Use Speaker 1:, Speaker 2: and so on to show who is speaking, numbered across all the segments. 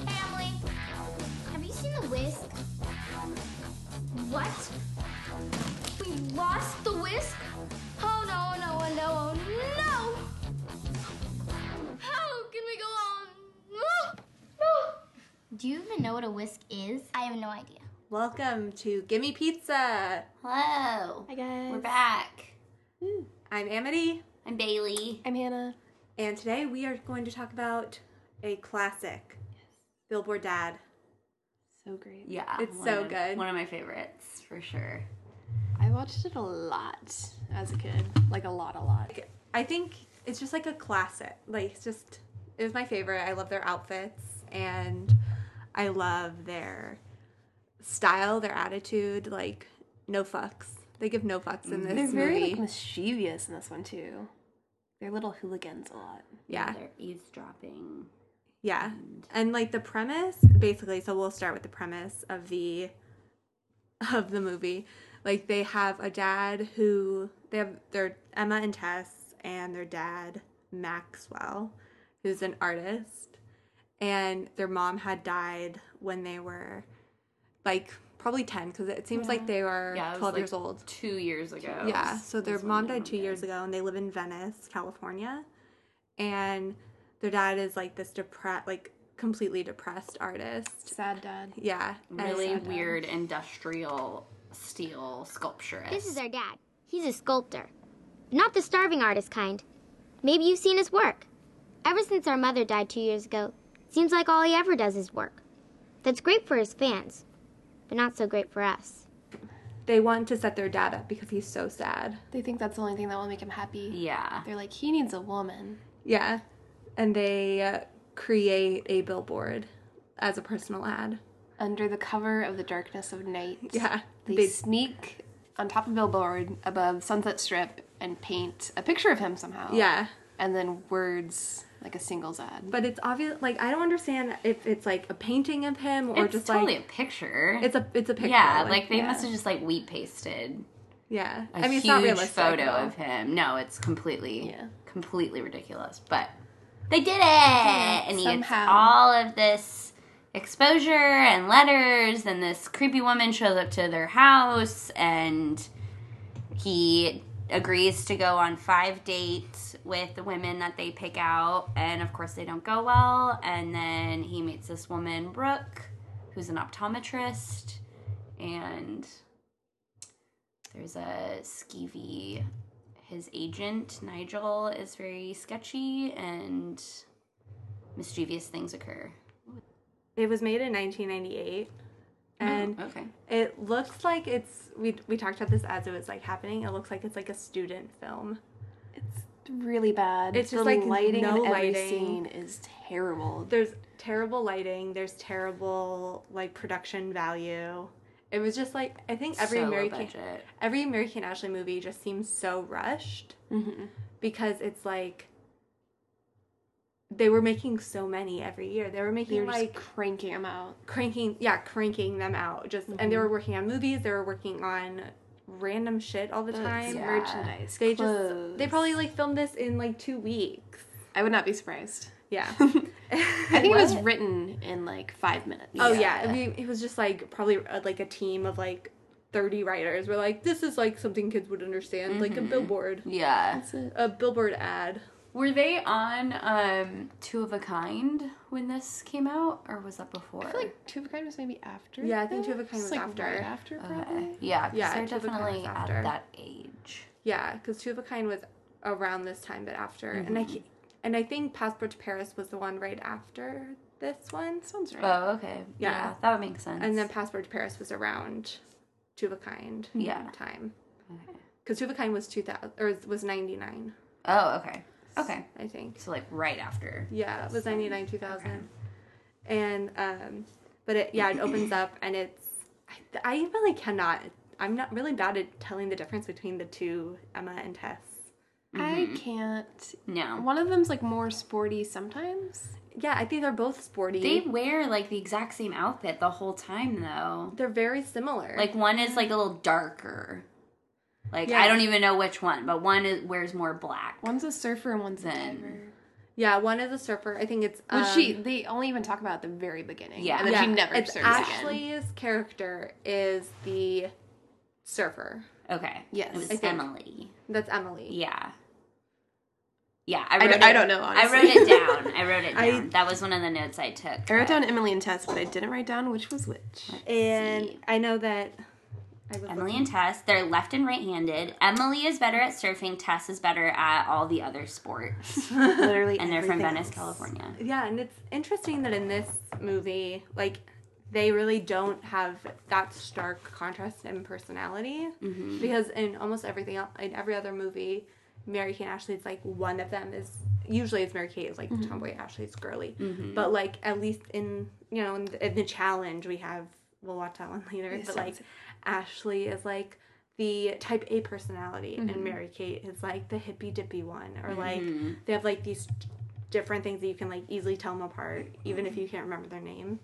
Speaker 1: Emily, have you seen the whisk? What? We lost the whisk? Oh no, no, no, oh no! How can we go on? No, no. Do you even know what a whisk is? I have no idea.
Speaker 2: Welcome to Gimme Pizza.
Speaker 1: Hello.
Speaker 3: Hi guys.
Speaker 1: We're back.
Speaker 2: I'm Amity,
Speaker 1: I'm Bailey.
Speaker 3: I'm Hannah.
Speaker 2: and today we are going to talk about a classic Billboard Dad.
Speaker 3: So great.
Speaker 4: Yeah.
Speaker 2: It's
Speaker 4: one
Speaker 2: so
Speaker 4: of-
Speaker 2: good.
Speaker 4: One of my favorites, for sure.
Speaker 3: I watched it a lot as a kid. Like a lot, a lot.
Speaker 2: I think it's just like a classic. Like, it's just, it was my favorite. I love their outfits and I love their style, their attitude. Like, no fucks. They give no fucks in this
Speaker 3: They're very
Speaker 2: movie.
Speaker 3: like mischievous in this one too. They're little hooligans a lot.
Speaker 2: yeah.
Speaker 4: They're eavesdropping.
Speaker 2: Yeah. And like the premise, basically, so we'll start with the premise of the of the movie. Like they have a dad who they have their Emma and Tess and their dad Maxwell, who's an artist, and their mom had died when they were like probably 10 because it seems like they were
Speaker 4: Yeah, it was,
Speaker 2: 12
Speaker 4: like,
Speaker 2: years old.
Speaker 4: Two years ago.
Speaker 2: Yeah, so their mom died two
Speaker 4: years
Speaker 2: years ago, and they live in Venice, California, and their dad is like this depressed, like completely depressed artist.
Speaker 3: Sad dad.
Speaker 2: Yeah, and-
Speaker 4: really weird industrial steel sculpture.
Speaker 5: This is our dad. He's a sculptor. Not the starving artist kind. Maybe you've seen his work. Ever since our mother died two years ago, seems like all he ever does is work. That's great for his fans, but not so great for us.
Speaker 2: they want to set their dad up because he's so sad.
Speaker 3: They think that's the only thing that will make him happy.
Speaker 4: yeah.
Speaker 3: They're like, he needs a woman.
Speaker 2: Yeah, and they uh, create a billboard as a personal ad.
Speaker 3: Under the cover of the darkness of night.
Speaker 2: Yeah,
Speaker 3: They,
Speaker 2: they
Speaker 3: sneak on top of billboard above Sunset Strip and paint a picture of him somehow.
Speaker 2: yeah,
Speaker 3: And then words like a singles ad.
Speaker 2: but it's obvious. Like I don't understand if it's like a painting of him or
Speaker 4: it's
Speaker 2: just
Speaker 4: totally
Speaker 2: like
Speaker 4: a picture.
Speaker 2: it's a it's a picture.
Speaker 4: yeah, like they
Speaker 2: yeah.
Speaker 4: must have just like wheat pasted
Speaker 2: yeah.
Speaker 4: a
Speaker 2: I mean,
Speaker 4: huge
Speaker 2: it's not realistic.
Speaker 4: photo
Speaker 2: though.
Speaker 4: of him. No, it's completely,
Speaker 3: Yeah.
Speaker 4: completely ridiculous. But they did it, and he gets
Speaker 3: somehow.
Speaker 4: all of this exposure and letters. And this creepy woman shows up to their house, and he agrees to go on five dates with the women that they pick out. And of course, they don't go well. And then he meets this woman, Brooke, who's an optometrist, and there's a skeevy his agent nigel is very sketchy and mischievous things occur
Speaker 2: It was made in 1998,
Speaker 4: Oh.
Speaker 2: and
Speaker 4: okay
Speaker 2: it looks like it's. We we talked about this as it was like happening. It looks like it's like a student film.
Speaker 3: It's really bad.
Speaker 2: It's just,
Speaker 3: the
Speaker 2: like,
Speaker 3: lighting
Speaker 2: no
Speaker 3: in every
Speaker 2: lighting.
Speaker 3: scene is terrible.
Speaker 2: There's terrible lighting. There's terrible like production value. It was just like I think every
Speaker 4: so low
Speaker 2: American
Speaker 4: budget
Speaker 2: every American Ashley movie just seems so rushed
Speaker 3: Mm-hmm.
Speaker 2: because it's like they were making so many every year. They were making
Speaker 3: You're
Speaker 2: like
Speaker 3: just cranking them out.
Speaker 2: cranking yeah cranking them out just and they were working on movies they were working on random shit all the time
Speaker 4: yeah.
Speaker 3: merchandise.
Speaker 2: they
Speaker 3: clothes.
Speaker 2: just they probably like filmed this in like two weeks
Speaker 3: I would not be surprised.
Speaker 2: yeah
Speaker 3: I think it was written in like five minutes.
Speaker 2: oh yeah I mean, it was just like probably uh, like a team of like 30 writers were like this is like something kids would understand like a billboard
Speaker 4: yeah
Speaker 3: That's it.
Speaker 2: a billboard ad
Speaker 4: were they on um two of a kind when this came out or was that before
Speaker 3: I feel like Two of a Kind was maybe after.
Speaker 2: Yeah, I think
Speaker 3: that?
Speaker 2: Two of a Kind
Speaker 3: Just,
Speaker 2: was
Speaker 3: like,
Speaker 2: after.
Speaker 3: Right after, Uh, probably.
Speaker 4: okay. Uh, yeah 'cause
Speaker 2: Yeah,
Speaker 4: they're
Speaker 2: Two of a Kind
Speaker 4: definitely
Speaker 2: was
Speaker 4: at
Speaker 2: after.
Speaker 4: that age
Speaker 2: yeah because two of a kind was around this time but after and i ca- and i think passport to paris was the one right after this one
Speaker 3: Sounds right.
Speaker 4: oh okay
Speaker 2: Yeah.
Speaker 4: yeah, that would make sense
Speaker 2: And then Passport to Paris was around Two of a Kind
Speaker 4: Yeah.
Speaker 2: time.
Speaker 4: Okay.
Speaker 2: Because Two of a Kind was 2000, or was 99,
Speaker 4: oh okay okay
Speaker 2: I think.
Speaker 4: so like right after
Speaker 2: Yeah, it was 99, 2000. And, um, but it, yeah, it opens up and it's, I, I really cannot, I'm not really bad at telling the difference between the two, Emma and Tess.
Speaker 3: I can't.
Speaker 4: no
Speaker 3: One of them's like more sporty sometimes.
Speaker 2: Yeah, I think they're both sporty.
Speaker 4: They wear like the exact same outfit the whole time though.
Speaker 2: They're very similar.
Speaker 4: Like one is like a little darker. Like
Speaker 2: Yeah.
Speaker 4: I don't even know which one, but one is, wears more black.
Speaker 3: One's a surfer and one's a
Speaker 4: Then-
Speaker 3: diver.
Speaker 2: Yeah, one is a surfer. I think it's
Speaker 3: Which
Speaker 2: um,
Speaker 3: she they only even talk about at the very beginning.
Speaker 4: Yeah.
Speaker 3: And then she never
Speaker 2: it's
Speaker 3: serves again.
Speaker 2: Ashley's character is the surfer.
Speaker 4: Okay.
Speaker 3: Yes.
Speaker 4: It was
Speaker 3: I
Speaker 2: think-
Speaker 4: Emily.
Speaker 2: That's Emily.
Speaker 4: Yeah. Yeah. I,
Speaker 3: I
Speaker 4: wrote
Speaker 3: don't-
Speaker 4: it,
Speaker 3: I don't know,
Speaker 4: I wrote
Speaker 3: honestly.
Speaker 4: it down. I wrote it
Speaker 2: I-
Speaker 4: down. that was one of the notes I took.
Speaker 3: I wrote
Speaker 4: but-
Speaker 3: down Emily and Tess, but I didn't write down which was which.
Speaker 2: And
Speaker 4: see.
Speaker 2: I know that I was
Speaker 4: Emily and Tess, they're left and right handed. Emily is better at surfing, Tess is better at all the other sports.
Speaker 3: Literally.
Speaker 4: and they're from
Speaker 3: everything
Speaker 4: Venice,
Speaker 3: else.
Speaker 4: California.
Speaker 2: Yeah, and it's interesting that in this movie, like they really don't have that stark contrast in personality
Speaker 3: Mm-hmm.
Speaker 2: because in almost everything else, in every other movie, Mary Kate and Ashley is like one of them is usually it's Mary Kate is like
Speaker 3: Mm-hmm.
Speaker 2: tomboy, Ashley's girly, but like at least in you know in the, in the challenge we have we'll watch that one later,
Speaker 3: Yes,
Speaker 2: but like
Speaker 3: yes.
Speaker 2: Ashley is like. The type A personality
Speaker 3: Mm-hmm.
Speaker 2: and Mary Kate is like the hippy dippy one, or like they have like these different things that you can like easily tell them apart, even if you can't remember their name.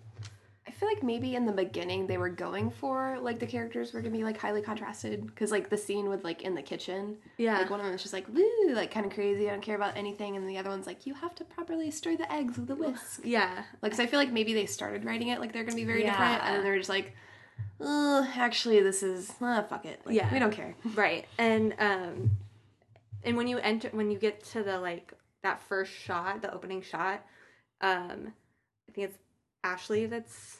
Speaker 3: I feel like maybe in the beginning they were going for like the characters were gonna be like highly contrasted because like the scene with like in the kitchen,
Speaker 2: Yeah.
Speaker 3: like one of them is just like woo, like kind of crazy, I don't care about anything, and the other one's like you have to properly stir the eggs with a whisk.
Speaker 2: Yeah,
Speaker 3: Like, 'cause I feel like maybe they started writing it like they're gonna be very different,
Speaker 4: Yeah.
Speaker 3: and then they were just like, Ugh, actually this is uh, fuck it, like,
Speaker 2: Yeah.
Speaker 3: we don't care.
Speaker 2: right. And um, and when you enter, when you get to the like that first shot, the opening shot, um, I think it's Ashley that's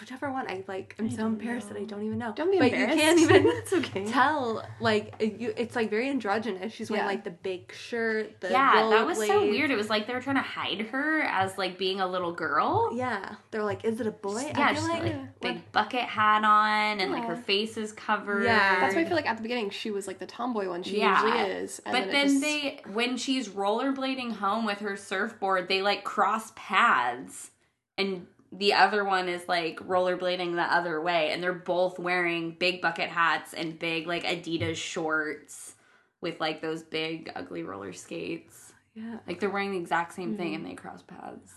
Speaker 2: whichever one. I like. I'm so embarrassed that I don't even know.
Speaker 3: Don't be
Speaker 2: but
Speaker 3: embarrassed.
Speaker 2: You can't even.
Speaker 3: it's okay.
Speaker 2: Tell like uh, you, it's like very androgynous. She's wearing
Speaker 3: Yeah.
Speaker 2: like the big shirt. The
Speaker 4: yeah, that was so
Speaker 2: rollerblades.
Speaker 4: weird. It was like they were trying to hide her as like being a little girl.
Speaker 2: Yeah, they're like, is it a boy? I
Speaker 4: Yeah,
Speaker 2: feel
Speaker 4: she's got, like,
Speaker 2: what-
Speaker 4: big bucket hat on and like her
Speaker 3: Yeah.
Speaker 4: face is covered.
Speaker 2: Yeah.
Speaker 3: That's why I feel like at the beginning she was like the tomboy one she
Speaker 4: Yeah.
Speaker 3: usually is, and
Speaker 4: but
Speaker 3: it
Speaker 4: then
Speaker 3: just-
Speaker 4: they, when she's rollerblading home with her surfboard, they like cross paths, and the other one is like rollerblading the other way, and they're both wearing big bucket hats and big like Adidas shorts with like those big ugly roller skates.
Speaker 2: yeah,
Speaker 4: Like they're wearing the exact same thing, and they cross paths.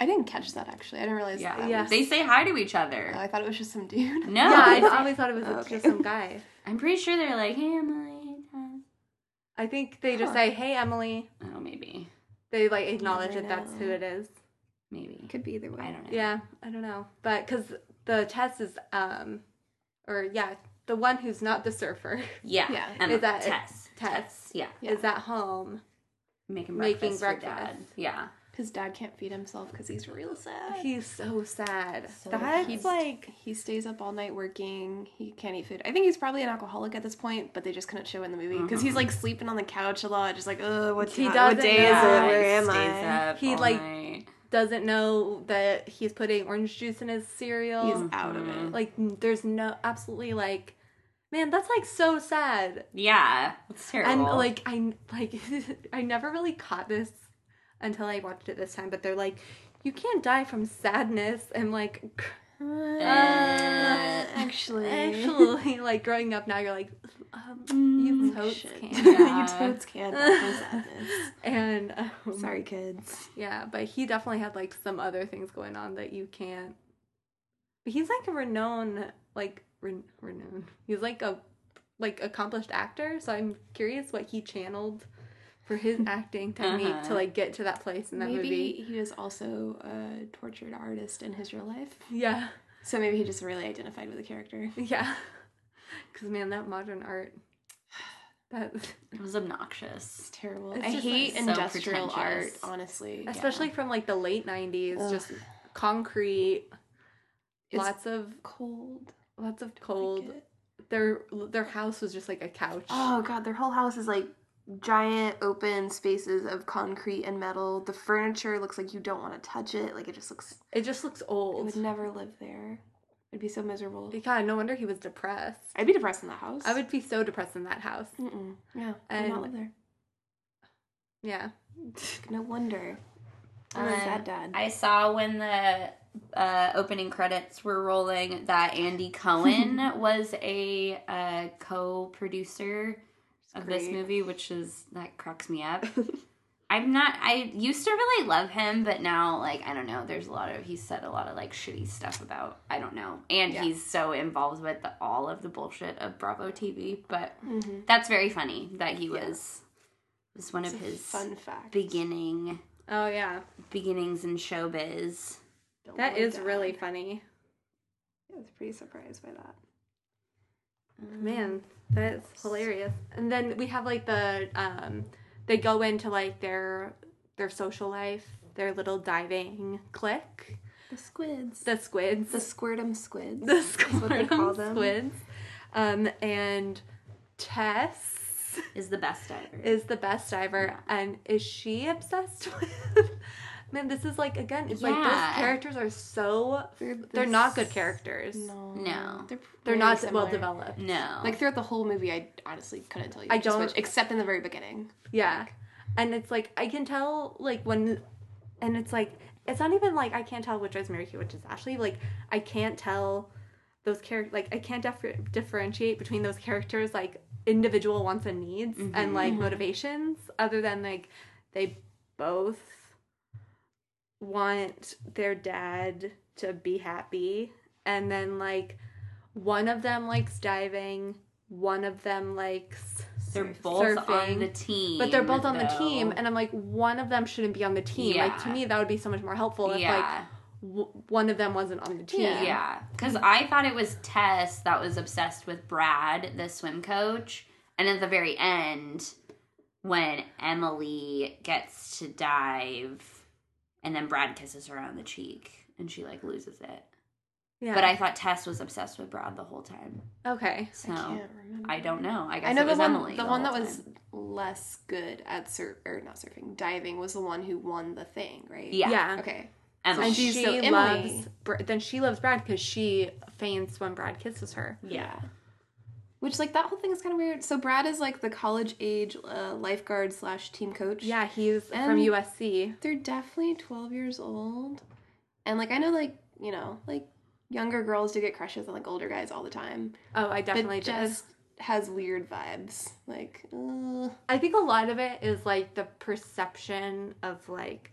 Speaker 3: I didn't catch that actually. I didn't realize.
Speaker 4: Yeah,
Speaker 3: That.
Speaker 2: Mm-hmm. Yes. Uh,
Speaker 4: they say hi to each other.
Speaker 3: Oh, I thought it was just some dude.
Speaker 4: no,
Speaker 2: yeah. I
Speaker 4: they say-
Speaker 2: always thought it was
Speaker 3: Okay.
Speaker 2: just some guy.
Speaker 4: I'm pretty sure they're like, "Hey, Emily." hi."
Speaker 2: I think they just say, "Hey, Emily."
Speaker 4: Oh, maybe,
Speaker 2: They like acknowledge
Speaker 3: Never
Speaker 2: that that's who
Speaker 3: know.
Speaker 2: it is.
Speaker 4: maybe.
Speaker 3: Could be either way.
Speaker 4: I don't know.
Speaker 2: Yeah, I don't know, but because the test is, um, or yeah, the one who's not the surfer
Speaker 4: Yeah.
Speaker 3: Yeah.
Speaker 4: Emma,
Speaker 2: Is that-
Speaker 4: Tess.
Speaker 2: Tess.
Speaker 4: Yeah.
Speaker 2: is at home.
Speaker 4: Making breakfast.
Speaker 2: Making
Speaker 4: For dad.
Speaker 2: breakfast.
Speaker 4: Yeah.
Speaker 3: His dad can't feed himself because he's real sad.
Speaker 2: He's so sad.
Speaker 4: So
Speaker 2: that's
Speaker 4: he's-
Speaker 2: like
Speaker 3: He stays up all night working. He can't eat food. I think he's probably an alcoholic at this point, but they just couldn't show in the movie because
Speaker 4: Mm-hmm.
Speaker 3: he's like sleeping on the couch a lot, just like, oh, what's
Speaker 2: He
Speaker 3: not-
Speaker 2: doesn't
Speaker 3: what day
Speaker 2: know.
Speaker 3: is it? Where
Speaker 4: Yeah,
Speaker 3: am
Speaker 4: he
Speaker 3: I?
Speaker 4: stays up
Speaker 2: He,
Speaker 4: all
Speaker 2: like-
Speaker 4: night.
Speaker 2: doesn't know that he's putting orange juice in his cereal.
Speaker 3: He's out of
Speaker 4: Mm-hmm.
Speaker 3: it.
Speaker 2: like, n- there's no absolutely like, man, that's like so sad.
Speaker 4: Yeah. It's terrible.
Speaker 2: And like I like I never really caught this until I watched it this time, but they're like, you can't die from sadness and like
Speaker 3: Uh,
Speaker 4: Uh,
Speaker 3: actually,
Speaker 2: actually like growing up now you're like um, you totes
Speaker 3: Shit.
Speaker 2: can't.
Speaker 3: Mm, you
Speaker 4: Yeah.
Speaker 3: toads can't. die from sadness.
Speaker 2: And um,
Speaker 3: Sorry, kids.
Speaker 2: yeah, but he definitely had like some other things going on that you can't. But he's like a renowned like ren- renowned. He's like a like accomplished actor, so I'm curious what he channeled for his acting technique to
Speaker 4: Uh-huh.
Speaker 2: like get to that place in that
Speaker 3: Maybe
Speaker 2: movie.
Speaker 3: he was also a tortured artist in his real life,
Speaker 2: Yeah,
Speaker 3: so maybe he just really identified with the character.
Speaker 2: yeah. Because man, that modern art. That
Speaker 4: it was obnoxious.
Speaker 3: It's terrible.
Speaker 2: It's
Speaker 3: I
Speaker 2: just,
Speaker 3: hate
Speaker 4: like, so
Speaker 3: industrial art,
Speaker 4: pretentious.
Speaker 3: honestly.
Speaker 2: especially from like the late 90s
Speaker 3: Ugh.
Speaker 2: just concrete
Speaker 3: It's
Speaker 2: lots of
Speaker 3: cold.
Speaker 2: lots of
Speaker 3: I
Speaker 2: cold
Speaker 3: get it.
Speaker 2: their their house was just like a couch
Speaker 3: Oh god, their whole house is like giant open spaces of concrete and metal. The furniture looks like you don't want to touch it. Like it just looks.
Speaker 2: it just looks
Speaker 3: I
Speaker 2: old
Speaker 3: would never live there. I'd be so miserable.
Speaker 2: god no wonder he was depressed
Speaker 3: I'd be depressed in that house.
Speaker 2: i would be so depressed in that house
Speaker 3: Mm-mm. Yeah, I'd
Speaker 2: And-
Speaker 3: not live there.
Speaker 2: yeah
Speaker 3: No wonder. I'm a
Speaker 4: Um,
Speaker 3: sad dad.
Speaker 4: I saw when the uh, opening credits were rolling that Andy Cohen was a uh, co-producer of this
Speaker 3: great.
Speaker 4: movie, which is that cracks me up. I'm not. I used to really love him, but now, like, I don't know. There's a lot of he said a lot of like shitty stuff about I don't know, and he's so involved with the, all of the bullshit of Bravo TV. But
Speaker 3: Mm-hmm.
Speaker 4: that's very funny that he was was one of his
Speaker 3: Fun fact.
Speaker 4: beginning
Speaker 2: Oh yeah,
Speaker 4: beginnings in showbiz.
Speaker 2: that is really funny.
Speaker 3: I was pretty surprised by that.
Speaker 2: Man, that's hilarious. And then we have like the um they go into like their their social life, their little diving clique,
Speaker 3: The squids.
Speaker 2: the squids,
Speaker 3: The squirtum squids.
Speaker 2: the
Speaker 3: what they call
Speaker 2: squirtum
Speaker 3: them.
Speaker 2: squids. Um and Tess
Speaker 4: Is the best diver.
Speaker 2: is the best diver and is she obsessed with Man, this is like again, it's like
Speaker 4: Yeah.
Speaker 2: those characters are so
Speaker 3: They're-
Speaker 2: they're,
Speaker 3: they're
Speaker 2: not
Speaker 3: s-
Speaker 2: good characters.
Speaker 3: No.
Speaker 4: No.
Speaker 3: They're,
Speaker 2: They're
Speaker 3: very
Speaker 2: not
Speaker 3: similar.
Speaker 2: well developed.
Speaker 4: No.
Speaker 3: Like throughout the whole movie, I honestly couldn't tell you.
Speaker 2: I
Speaker 3: which is
Speaker 2: don't-
Speaker 3: which, except in the very beginning.
Speaker 2: Yeah. And it's like I can tell like when and it's like it's not even like I can't tell which is Mary Kate, which is Ashley. Like I can't tell those characters like I can't def- differentiate between those characters like individual wants and needs and like motivations other than like they both want their dad to be happy and then like one of them likes diving, one of them likes
Speaker 4: they're both on
Speaker 2: surfing,
Speaker 4: the team.
Speaker 2: but they're both on the
Speaker 4: though.
Speaker 2: team, and I'm like, one of them shouldn't be on the team. Like to
Speaker 4: Yeah.
Speaker 2: me, that would be so much more helpful if
Speaker 4: Yeah.
Speaker 2: like w- one of them wasn't on the team.
Speaker 4: Yeah, because I thought it was Tess that was obsessed with Brad, the swim coach, and at the very end, when Emily gets to dive, and then Brad kisses her on the cheek, and she like loses it.
Speaker 2: Yeah.
Speaker 4: But I thought Tess was obsessed with Brad the whole time.
Speaker 2: okay.
Speaker 4: So
Speaker 3: I
Speaker 4: I,
Speaker 3: can't remember.
Speaker 4: don't know. I guess
Speaker 3: I know
Speaker 4: it
Speaker 3: the
Speaker 4: was
Speaker 3: one,
Speaker 4: Emily.
Speaker 3: the, one that
Speaker 4: whole
Speaker 3: was
Speaker 4: time.
Speaker 3: less good at surf or not surfing, diving was the one who won the thing, right?
Speaker 4: Yeah.
Speaker 2: Yeah.
Speaker 3: Okay.
Speaker 4: Emily.
Speaker 2: And
Speaker 3: So she's
Speaker 2: she
Speaker 3: so Emily.
Speaker 2: loves Br- then she loves Brad because she faints when Brad kisses her.
Speaker 4: yeah.
Speaker 3: Which like that whole thing is kind of weird. So Brad is like the college age uh, lifeguard slash team coach.
Speaker 2: Yeah, he's from
Speaker 3: And-
Speaker 2: USC.
Speaker 3: They're definitely 12 years old. And like I know like, you know, like younger girls do get crushes on like older guys all the time.
Speaker 2: Oh, I
Speaker 3: But
Speaker 2: definitely just.
Speaker 3: just has weird vibes. Like, uh,
Speaker 2: I think a lot of it is like the perception of like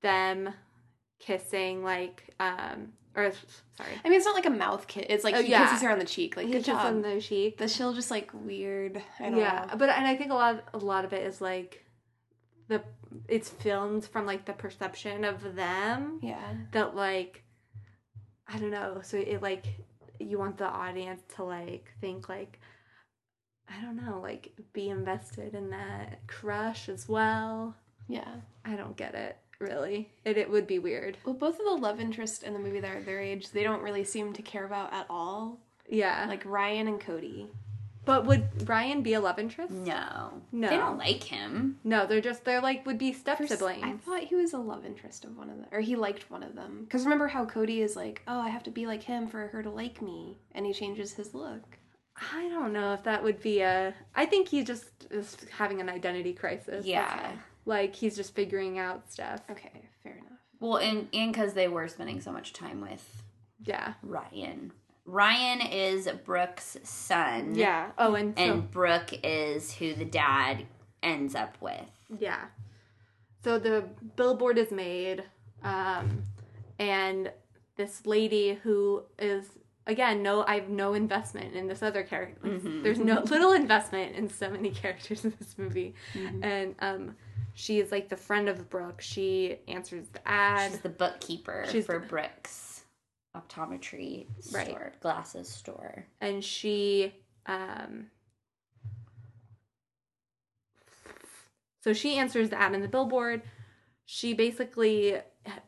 Speaker 2: them kissing like um or sorry
Speaker 3: I mean, it's not like a mouth kiss. It's like
Speaker 2: Oh,
Speaker 3: he
Speaker 2: yeah.
Speaker 3: kisses her on the cheek. Like,
Speaker 2: He
Speaker 3: good
Speaker 2: kisses
Speaker 3: job.
Speaker 2: on the cheek
Speaker 3: But she'll just like weird. I don't
Speaker 2: yeah
Speaker 3: know.
Speaker 2: but and i think a lot a lot of it is like the it's filmed from like the perception of them
Speaker 3: Yeah.
Speaker 2: that like i don't know so it like you want the audience to like think like i don't know like be invested in that crush as well
Speaker 3: Yeah.
Speaker 2: i don't get it really it, it would be weird
Speaker 3: Well, both of the love interests in the movie that are their age, they don't really seem to care about at all.
Speaker 2: yeah like
Speaker 3: Like Ryan and Cody.
Speaker 2: but would brian be a love interest
Speaker 4: No.
Speaker 2: No.
Speaker 4: They don't like him.
Speaker 2: no they're just they're like would be step
Speaker 3: For s-
Speaker 2: siblings
Speaker 3: I thought he was a love interest of one of them, or he liked one of them. Because remember how Cody is like, oh, I have to be like him for her to like me, and he changes his look.
Speaker 2: I don't know if that would be a. I think he just is having an identity crisis.
Speaker 4: Yeah.
Speaker 2: Like he's just figuring out stuff.
Speaker 3: Okay, fair enough.
Speaker 4: Well, and and because they were spending so much time with
Speaker 2: Yeah.
Speaker 4: Ryan. Ryan is Brooke's son.
Speaker 2: Yeah. Oh, and, so,
Speaker 4: And Brooke is who the dad ends up with.
Speaker 2: yeah. So the billboard is made, um, and this lady who is again no, I have no investment in this other character.
Speaker 4: Mm-hmm.
Speaker 2: There's no little investment in so many characters in this movie,
Speaker 4: Mm-hmm.
Speaker 2: and um, she is like the friend of Brooke. She answers the ad.
Speaker 4: She's the bookkeeper
Speaker 2: She's
Speaker 4: for
Speaker 2: the-
Speaker 4: Brooke's optometry store,
Speaker 2: Right.
Speaker 4: glasses store.
Speaker 2: and she um so she answers the ad in the billboard she basically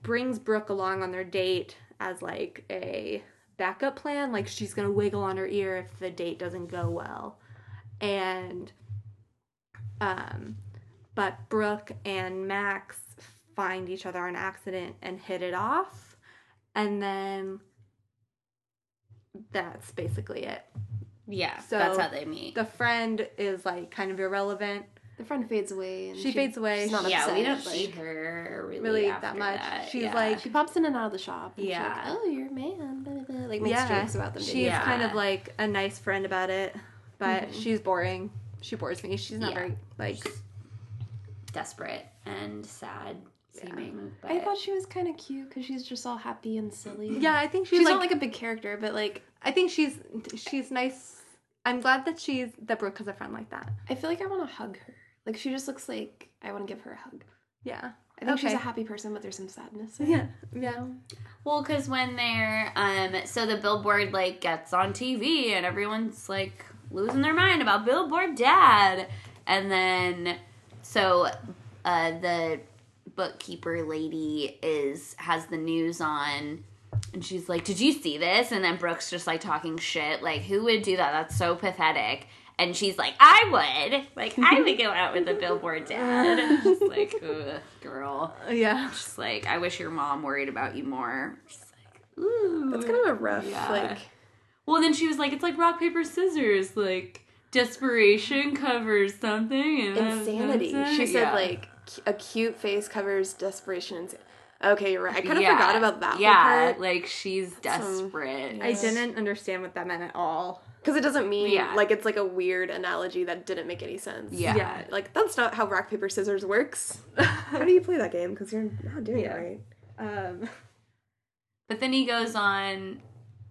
Speaker 2: brings brooke along on their date as like a backup plan like she's gonna wiggle on her ear if the date doesn't go well and um but brooke and max find each other on accident and hit it off and then that's basically it
Speaker 4: Yeah.
Speaker 2: So,
Speaker 4: that's how they meet.
Speaker 2: the friend is like kind of irrelevant.
Speaker 3: The friend fades away. And
Speaker 2: She fades away.
Speaker 3: She's not
Speaker 4: yeah,
Speaker 3: upset.
Speaker 4: we don't
Speaker 3: like,
Speaker 4: see her really,
Speaker 2: Really that
Speaker 4: after
Speaker 2: much. She's
Speaker 4: yeah.
Speaker 2: like-
Speaker 3: She pops in and out of the shop. And yeah.
Speaker 4: Yeah.
Speaker 3: She's like, oh, you're a man. Blah, blah, blah. Like makes jokes about them.
Speaker 2: She's
Speaker 3: dating.
Speaker 4: Yeah.
Speaker 2: kind of like a nice friend about it, but she's boring. She bores me. She's not
Speaker 4: Yeah.
Speaker 2: very like
Speaker 4: desperate and sad seeming. But
Speaker 3: I thought she was kind of cute because she's just all happy and silly.
Speaker 2: Yeah, I think she's,
Speaker 3: She's
Speaker 2: like,
Speaker 3: not like a big character, but like
Speaker 2: I think she's she's nice. I'm glad that she's that Brooke has a friend like that.
Speaker 3: I feel like I want to hug her. Like she just looks like I want to give her a hug.
Speaker 2: Yeah.
Speaker 3: I think she's
Speaker 2: Okay.
Speaker 3: a happy person, but there's some sadness.
Speaker 2: Yeah. Yeah.
Speaker 4: Well, because when they're um, so the billboard like gets on TV and everyone's like losing their mind about Billboard Dad, and then so uh, the bookkeeper lady is has the news on. And she's like, "Did you see this?" And then Brooke's just like talking shit, like, "Who would do that? That's so pathetic." And she's like, "I would, like, I would go out with a billboard dad." And I'm just like, Ugh, "Girl."
Speaker 2: Yeah.
Speaker 4: Just like, I wish your mom worried about you more. Just like, ooh.
Speaker 3: It's kind of a rough,
Speaker 4: Yeah.
Speaker 3: like,
Speaker 4: well, then she was like, it's like rock, paper, scissors. Like, desperation covers something. And that's-
Speaker 3: insanity.
Speaker 4: that's
Speaker 3: She
Speaker 4: it.
Speaker 3: said,
Speaker 4: Yeah.
Speaker 3: like, cu- a cute face covers desperation. And... Okay, you're right. I kind of
Speaker 4: Yeah.
Speaker 3: forgot about that
Speaker 4: Yeah,
Speaker 3: whole part.
Speaker 4: like, she's desperate.
Speaker 2: I didn't understand what that meant at all.
Speaker 3: Because it doesn't mean,
Speaker 4: Yeah.
Speaker 3: like, it's like a weird analogy that didn't make any sense.
Speaker 4: Yeah.
Speaker 2: Yeah.
Speaker 3: Like, that's not how rock, paper, scissors works. how do you play that game? Because you're not doing
Speaker 2: Yeah.
Speaker 3: it right.
Speaker 2: Um,
Speaker 4: But then he goes on,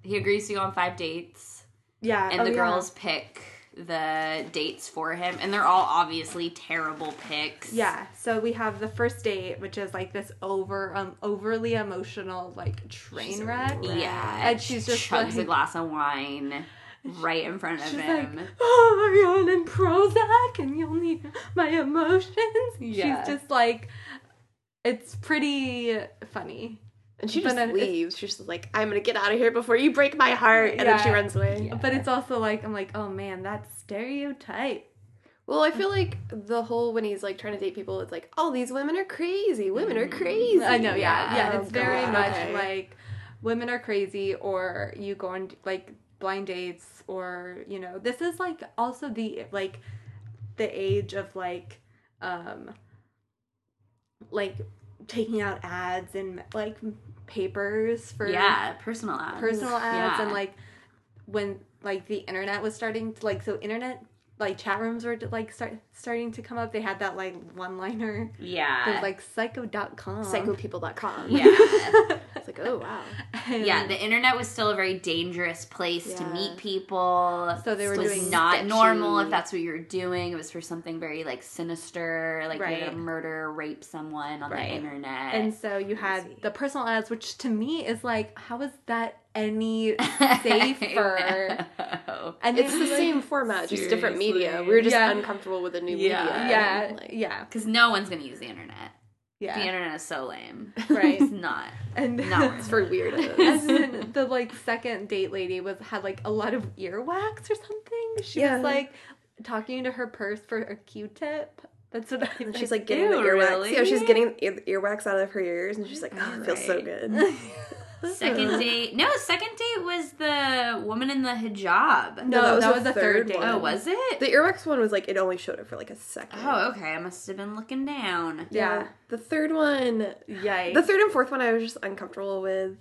Speaker 4: he agrees to go on five dates.
Speaker 2: yeah.
Speaker 4: And
Speaker 2: oh,
Speaker 4: the
Speaker 2: yeah.
Speaker 4: girls pick the dates for him. And they're all obviously terrible picks.
Speaker 2: Yeah. So we have the first date, which is like this over, um, overly emotional like train wreck.
Speaker 4: Yeah.
Speaker 2: And she's just
Speaker 4: chugs a
Speaker 2: like-
Speaker 4: glass of wine right in front of
Speaker 2: She's
Speaker 4: him.
Speaker 2: like, oh, I'm on Prozac, and you'll need my emotions.
Speaker 4: Yeah.
Speaker 2: She's just like, it's pretty funny.
Speaker 3: And she
Speaker 2: But
Speaker 3: just
Speaker 2: then it's-
Speaker 3: leaves. She's just like, I'm going to get out of here before you break my heart. And then she
Speaker 2: Yeah.
Speaker 3: runs away.
Speaker 2: But it's also like, I'm like, oh man, that stereotype.
Speaker 3: Well, I feel like the whole when he's like trying to date people, it's like, oh, these women are crazy. Women are crazy.
Speaker 2: Mm-hmm. I know, yeah.
Speaker 4: Yeah.
Speaker 2: Yeah, it's
Speaker 3: Oh,
Speaker 2: very
Speaker 3: God.
Speaker 2: much
Speaker 3: Okay.
Speaker 2: like women are crazy or you go on like blind dates or, you know, this is like also the like the age of like um like taking out ads and like papers for
Speaker 4: yeah, personal ads.
Speaker 2: personal ads
Speaker 4: Yeah.
Speaker 2: and like when like the internet was starting to like so internet like chat rooms were like start, starting to come up they had that like one liner
Speaker 4: yeah.
Speaker 2: there's like psycho.com
Speaker 3: Psychopeople.com.
Speaker 4: yeah.
Speaker 3: It's like, oh, wow.
Speaker 2: And-
Speaker 4: yeah, the internet was still a very dangerous place to
Speaker 3: Yeah.
Speaker 4: meet people.
Speaker 2: So they were
Speaker 4: it was
Speaker 2: doing
Speaker 4: not
Speaker 3: sketchy-
Speaker 4: normal if that's what you were doing. It was for something very like sinister, like you're
Speaker 2: Right.
Speaker 4: gonna murder, rape someone on
Speaker 2: Right.
Speaker 4: the internet.
Speaker 2: and so you had the personal ads which to me is like how is that any safer
Speaker 4: No.
Speaker 2: and
Speaker 3: It's
Speaker 2: they
Speaker 3: the
Speaker 2: were like-
Speaker 3: same format, just different media.
Speaker 4: Seriously.
Speaker 3: We were just
Speaker 2: Yeah.
Speaker 3: uncomfortable with the new
Speaker 4: Yeah.
Speaker 3: media.
Speaker 2: yeah
Speaker 3: Like,
Speaker 2: yeah
Speaker 4: Because no one's gonna use the internet. The
Speaker 2: yeah
Speaker 4: internet is so lame.
Speaker 2: right
Speaker 4: It's not.
Speaker 2: and
Speaker 4: Not worth
Speaker 3: It's for weirdos.
Speaker 2: and then the like second date lady was had like a lot of earwax or something. She
Speaker 3: Yeah.
Speaker 2: was like talking to her purse for a Q-tip. That's what I.
Speaker 3: And she's like getting the
Speaker 4: Ew,
Speaker 3: earwax.
Speaker 4: really?
Speaker 3: Yeah, she's getting ear- earwax out of her ears, and she's like, "Oh, it feels so good."
Speaker 4: Second date? No, second date was the woman in the hijab.
Speaker 2: no, that was, the third, date.
Speaker 3: one.
Speaker 4: Oh, was it?
Speaker 3: The earwax one was like it only showed it for like a second.
Speaker 4: oh, okay. I must have been looking down.
Speaker 2: yeah,
Speaker 3: The third one,
Speaker 2: yikes.
Speaker 3: the third and fourth one, I was just uncomfortable with.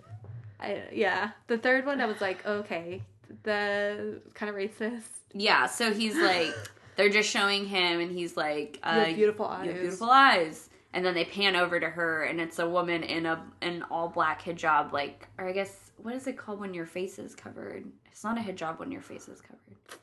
Speaker 2: I, yeah, the third one I was like, okay, the kind of racist.
Speaker 4: Yeah, so he's like, they're just showing him, and he's like,
Speaker 2: You
Speaker 4: uh,
Speaker 2: have beautiful
Speaker 4: you
Speaker 2: eyes.
Speaker 4: have beautiful eyes. And then they pan over to her, and it's a woman in a an all black hijab, like, or I guess what is it called when your face is covered? It's not a hijab when your face is covered.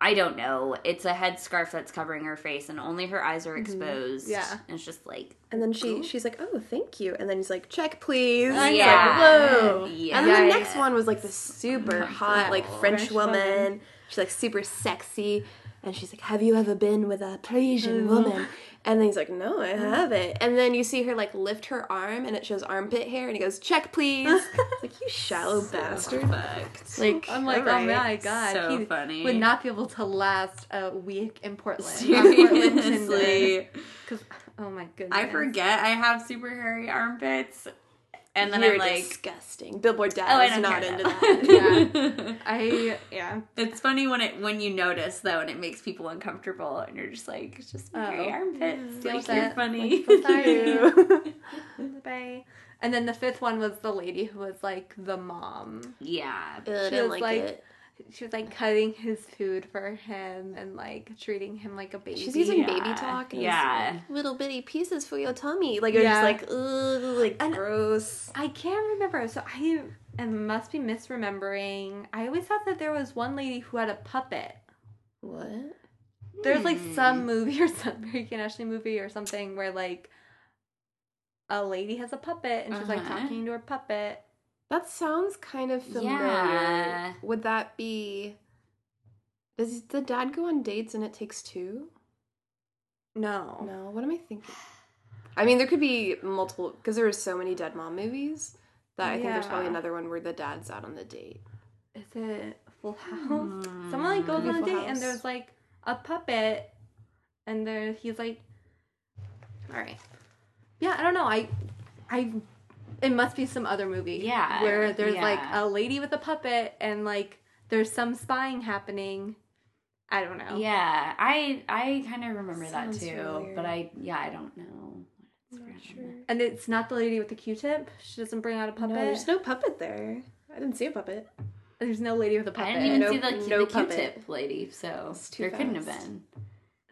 Speaker 4: I don't know. It's a headscarf that's covering her face, and only her eyes are exposed.
Speaker 2: Mm-hmm. Yeah.
Speaker 4: and it's just like,
Speaker 3: And then she she's like, "Oh, thank you." And then he's like, "Check, please."
Speaker 4: yeah,
Speaker 3: It's Like, Whoa.
Speaker 4: yeah.
Speaker 3: And then the
Speaker 2: Yikes.
Speaker 3: next one was like this super hot, like French,
Speaker 2: French
Speaker 3: woman.
Speaker 2: woman.
Speaker 3: She's like super sexy. And she's like, Have you ever been with a Parisian
Speaker 2: Mm-hmm.
Speaker 3: woman? And then he's like, No, I haven't. And then you see her like lift her arm and it shows armpit hair and he goes, Check, please. It's like, You shallow bastard.
Speaker 4: Fucked.
Speaker 3: Like,
Speaker 2: I'm like,
Speaker 3: alright.
Speaker 2: oh my god,
Speaker 4: So
Speaker 2: he
Speaker 4: funny.
Speaker 2: would not be able to last a week in Portland.
Speaker 4: Seriously.
Speaker 2: because oh my goodness,
Speaker 4: I forget I have super hairy armpits. And then
Speaker 3: You're
Speaker 4: I'm like,
Speaker 3: disgusting. Billboard
Speaker 4: oh, I
Speaker 3: Dad
Speaker 4: don't
Speaker 3: is not
Speaker 4: care
Speaker 3: into
Speaker 4: now.
Speaker 3: that.
Speaker 2: I yeah.
Speaker 4: it's funny when it when you notice though, and it makes people uncomfortable, and you're just like, it's just my hairy
Speaker 2: Oh.
Speaker 3: Mm,
Speaker 4: armpits.
Speaker 2: Deal
Speaker 4: Like
Speaker 2: with
Speaker 4: you're
Speaker 2: it.
Speaker 4: funny.
Speaker 2: Like, sorry. Bye. And then the fifth one was the lady who was like the mom.
Speaker 4: yeah.
Speaker 3: Ew,
Speaker 2: She
Speaker 3: I didn't
Speaker 2: was
Speaker 3: like,
Speaker 2: like-
Speaker 3: it.
Speaker 2: She was like cutting his food for him and like treating him like a baby.
Speaker 3: She's using
Speaker 4: Yeah.
Speaker 3: baby talk and
Speaker 4: Yeah.
Speaker 3: it's like, little bitty pieces for your tummy. Like, you're
Speaker 2: Yeah.
Speaker 3: just like, Ugh, like
Speaker 2: And-
Speaker 3: gross.
Speaker 2: I can't remember. So I, I must be misremembering. I always thought that there was one lady who had a puppet.
Speaker 3: What?
Speaker 2: There's like some movie or some Mary Kate and Ashley movie or something where like a lady has a puppet and she's like
Speaker 4: Uh-huh.
Speaker 2: talking to her puppet.
Speaker 3: That sounds kind of familiar.
Speaker 4: Yeah.
Speaker 3: Would that be? Does the dad go on dates and it takes two?
Speaker 2: No.
Speaker 3: No, what am I thinking? I mean, there could be multiple because there are so many dead mom movies that I think there's probably
Speaker 2: Yeah.
Speaker 3: another one where the dad's out on the date.
Speaker 2: Is it Full House?
Speaker 4: Hmm.
Speaker 2: Someone like goes
Speaker 3: Maybe
Speaker 2: on a
Speaker 3: Full
Speaker 2: date
Speaker 3: House.
Speaker 2: and there's like a puppet and there he's like
Speaker 4: Mm.
Speaker 2: All right. Yeah, I don't know. I I it must be some other movie.
Speaker 4: Yeah,
Speaker 2: Where there's like a
Speaker 4: yeah.
Speaker 2: lady with a puppet and like there's some spying happening. I don't know.
Speaker 4: Yeah, I I kind of remember
Speaker 3: Oh. Sounds
Speaker 4: that too,
Speaker 3: familiar.
Speaker 4: but I yeah I don't know. what it's from.
Speaker 2: And it's not the lady with the Q-tip. She doesn't bring out a puppet.
Speaker 3: No, there's no puppet there. I didn't see a puppet.
Speaker 2: There's no lady with a
Speaker 4: I
Speaker 2: puppet.
Speaker 4: didn't even
Speaker 3: No-
Speaker 4: see the, Q-
Speaker 3: no
Speaker 4: the Q-tip
Speaker 3: puppet.
Speaker 4: lady, so
Speaker 3: It's too
Speaker 4: there couldn't have
Speaker 3: fast.
Speaker 4: been.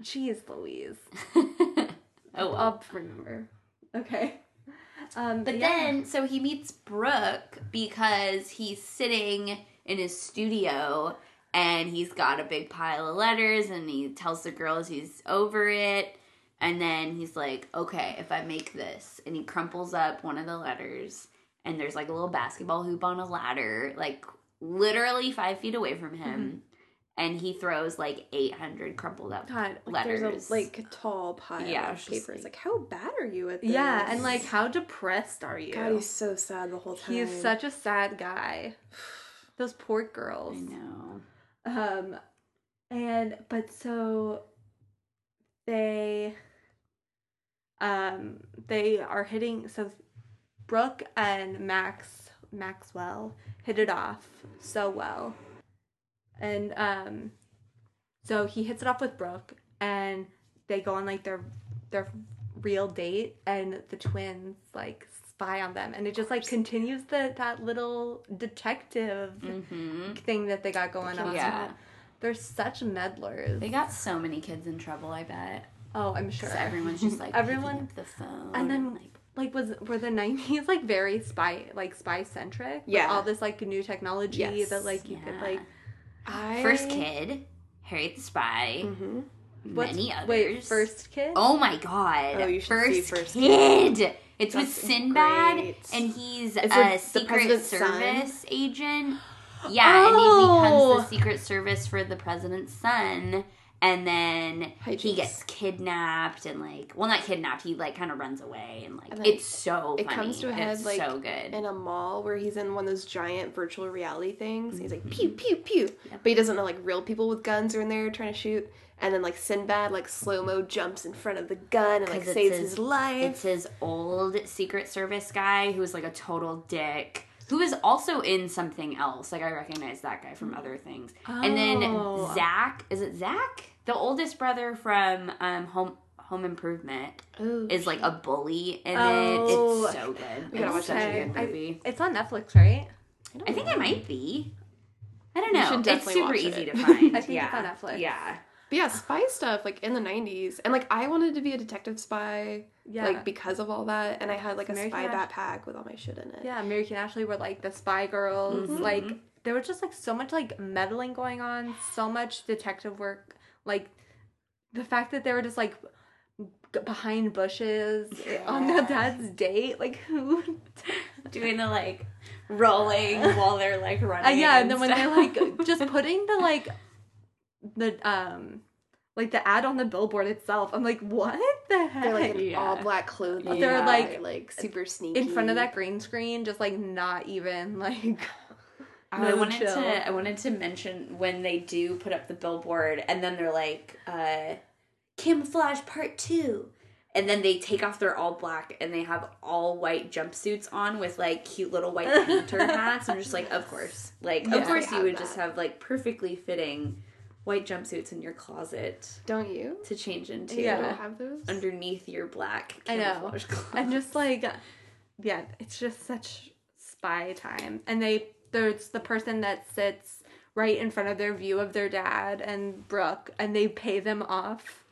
Speaker 2: Jeez Louise.
Speaker 4: oh well.
Speaker 2: I'll remember. Okay. Um,
Speaker 4: But
Speaker 2: yeah.
Speaker 4: then, so he meets Brooke because he's sitting in his studio and he's got a big pile of letters and he tells the girls he's over it. And then he's like, okay, if I make this. And he crumples up one of the letters and there's like a little basketball hoop on a ladder, like literally five feet away from
Speaker 3: Mm-hmm.
Speaker 4: him. And he throws like 800 crumpled up
Speaker 2: God,
Speaker 3: Like,
Speaker 4: letters.
Speaker 3: There's a like a tall pile
Speaker 4: Yeah,
Speaker 3: of
Speaker 4: it's just
Speaker 3: papers. Like, how bad are you at this?
Speaker 2: Yeah, and like, how depressed are you?
Speaker 3: God, he's so sad the whole time.
Speaker 2: He is such a sad guy. Those poor girls.
Speaker 4: I know.
Speaker 2: Um, and but so they, um, they are hitting. So Brooke and Max Maxwell hit it off so well, and um, so he hits it off with Brooke, and they go on like their their real date, and the twins like spy on them, and it just like continues the that little detective
Speaker 4: hmm
Speaker 2: thing that they got going on.
Speaker 4: Yeah.
Speaker 2: They're such meddlers.
Speaker 4: They got so many kids in trouble, I bet.
Speaker 2: oh, I'm sure.
Speaker 4: So everyone's just like
Speaker 2: Everyone-
Speaker 4: picking up the phone,
Speaker 2: and then
Speaker 4: like,
Speaker 2: like was were the 90s like very spy like spy centric?
Speaker 3: Yeah.
Speaker 2: all this like new technology
Speaker 3: Yes.
Speaker 2: that like you could
Speaker 4: Yeah.
Speaker 2: like
Speaker 3: I...
Speaker 4: first kid, Harriet the Spy,
Speaker 3: Mm-hmm.
Speaker 2: what's-
Speaker 4: many others.
Speaker 2: Wait, first kid?
Speaker 4: Oh my god!
Speaker 3: Oh, you should
Speaker 4: first,
Speaker 3: see First
Speaker 4: kid. It's with
Speaker 3: That's
Speaker 4: Sinbad,
Speaker 3: great.
Speaker 4: and he's
Speaker 3: it
Speaker 4: a
Speaker 3: the
Speaker 4: Secret
Speaker 3: president's son?
Speaker 4: Service agent.
Speaker 2: Oh!
Speaker 4: Yeah, and he becomes the Secret Service for the president's son. And then he
Speaker 3: Hijinks.
Speaker 4: gets kidnapped and like, well, not kidnapped. He like kind of runs away and like,
Speaker 3: And then
Speaker 4: it's so.
Speaker 3: it
Speaker 4: funny.
Speaker 3: comes to a head,
Speaker 4: It's
Speaker 3: like,
Speaker 4: so good.
Speaker 3: in a mall where he's in one of those giant virtual reality things. He's
Speaker 4: Mm-hmm.
Speaker 3: like pew pew pew, but he doesn't know like real people with guns are in there trying to shoot. And then like Sinbad like slow mo jumps in front of the gun and
Speaker 4: 'Cause
Speaker 3: like
Speaker 4: it's
Speaker 3: saves
Speaker 4: his-
Speaker 3: his life.
Speaker 4: It's his old Secret Service guy who is like a total dick, who is also in something else. Like I recognize that guy from other things. And
Speaker 2: Oh.
Speaker 4: then Zach, is it Zach? The oldest brother from um, Home Home Improvement
Speaker 3: Oh,
Speaker 4: is like a bully in
Speaker 2: Oh.
Speaker 4: it. It's so good.
Speaker 3: We gotta
Speaker 4: It's
Speaker 3: watch
Speaker 4: such
Speaker 3: that
Speaker 4: a
Speaker 2: again.
Speaker 4: good movie.
Speaker 2: It's on Netflix, right?
Speaker 4: I, think it might be. I don't
Speaker 3: You
Speaker 4: know.
Speaker 3: should
Speaker 4: It's
Speaker 3: definitely
Speaker 4: super
Speaker 3: watch
Speaker 4: easy
Speaker 3: it.
Speaker 4: to find.
Speaker 2: I think it's on
Speaker 4: yeah.
Speaker 2: Netflix.
Speaker 4: Yeah.
Speaker 3: But yeah, spy stuff like in the '90s, and like I wanted to be a detective spy,
Speaker 2: Yeah.
Speaker 3: like because of all that, and I had like a
Speaker 2: American
Speaker 3: spy
Speaker 2: Ash-
Speaker 3: backpack with all my shit in it.
Speaker 2: yeah, Mary and Ashley were like the spy girls.
Speaker 4: Mm-hmm.
Speaker 2: Like there was just like so much like meddling going on, so much detective work. Like the fact that they were just like g- behind bushes eh, on their dad's date, like who?
Speaker 4: Doing the like rolling while they're like running.
Speaker 2: Uh, yeah, and then when they
Speaker 4: stuff.
Speaker 2: like just putting the like the um like the ad on the billboard itself, I'm like, what the heck?
Speaker 3: They're like in
Speaker 4: Yeah.
Speaker 3: all black clothing.
Speaker 2: They're,
Speaker 3: Yeah.
Speaker 2: like,
Speaker 3: like super sneaky
Speaker 2: in front of that green screen, just like not even like.
Speaker 4: Oh, I
Speaker 2: No
Speaker 4: wanted
Speaker 2: chill.
Speaker 4: to. I wanted to mention when they do put up the billboard, and then they're like, uh, "Camouflage Part 2. and then they take off their all black and they have all white jumpsuits on with like cute little white painter hats. I'm just like, of course, like
Speaker 2: Yeah.
Speaker 4: of course you
Speaker 3: Have
Speaker 4: would
Speaker 3: that.
Speaker 4: just have like perfectly fitting white jumpsuits in your closet
Speaker 3: Don't you?
Speaker 4: to change into
Speaker 3: You
Speaker 2: Yeah.
Speaker 3: don't have those.
Speaker 4: underneath your black
Speaker 2: I know.
Speaker 4: camouflage cloth.
Speaker 2: and just like yeah it's just such spy time and they there's the person that sits right in front of their view of their dad and brooke and they pay them off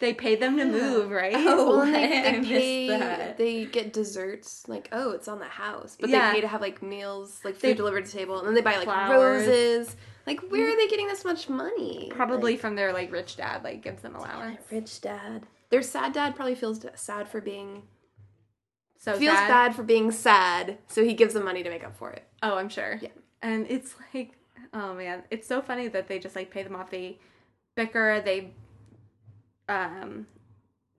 Speaker 2: they pay them to move right
Speaker 4: Oh,
Speaker 3: Well, and they,
Speaker 4: I
Speaker 3: they
Speaker 4: missed
Speaker 3: pay.
Speaker 4: that.
Speaker 3: They get desserts. Like, oh, it's on the house, but
Speaker 2: Yeah.
Speaker 3: they pay to have like meals, like food
Speaker 2: They-
Speaker 3: delivered to table, and then they buy like
Speaker 2: Flowers. Mm.
Speaker 3: roses. Like, where are they getting this much money?
Speaker 2: probably from their like rich dad like gives them allowance
Speaker 3: Like, rich dad. Their sad dad probably feels d- sad for being
Speaker 2: So
Speaker 3: feels
Speaker 2: sad.
Speaker 3: bad for being sad, so he gives them money to make up for it.
Speaker 2: Oh, I'm sure.
Speaker 3: Yeah.
Speaker 2: And it's like, oh man, it's so funny that they just like pay them off. They bicker. They um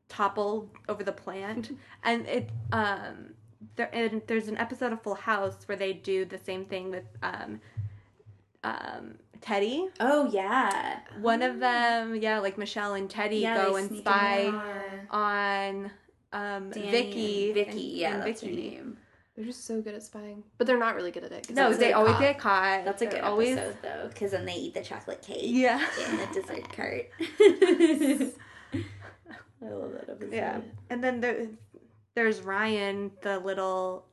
Speaker 2: topple over the plant, and it um there and there's an episode of Full House where they do the same thing with um um Teddy.
Speaker 6: Oh yeah.
Speaker 2: One of them, yeah, like Michelle and Teddy
Speaker 6: Yeah,
Speaker 2: go
Speaker 6: they
Speaker 2: and
Speaker 6: sneak
Speaker 2: spy
Speaker 6: in there.
Speaker 2: on um
Speaker 4: Danny
Speaker 2: Vicky.
Speaker 4: and Vicky,
Speaker 2: and-
Speaker 4: yeah,
Speaker 2: and
Speaker 4: that's her
Speaker 2: Vicky.
Speaker 4: name.
Speaker 3: They're just so good at spying, but they're not really good at it. 'cause
Speaker 2: No,
Speaker 3: that's
Speaker 2: they
Speaker 3: like-
Speaker 2: always
Speaker 4: caught.
Speaker 2: get caught.
Speaker 4: That's a
Speaker 2: They're
Speaker 4: good
Speaker 2: always,
Speaker 4: episode though, because then they eat the chocolate cake
Speaker 2: Yeah.
Speaker 4: in the dessert cart. I love that episode.
Speaker 2: Yeah. And then there, there's Ryan, the little,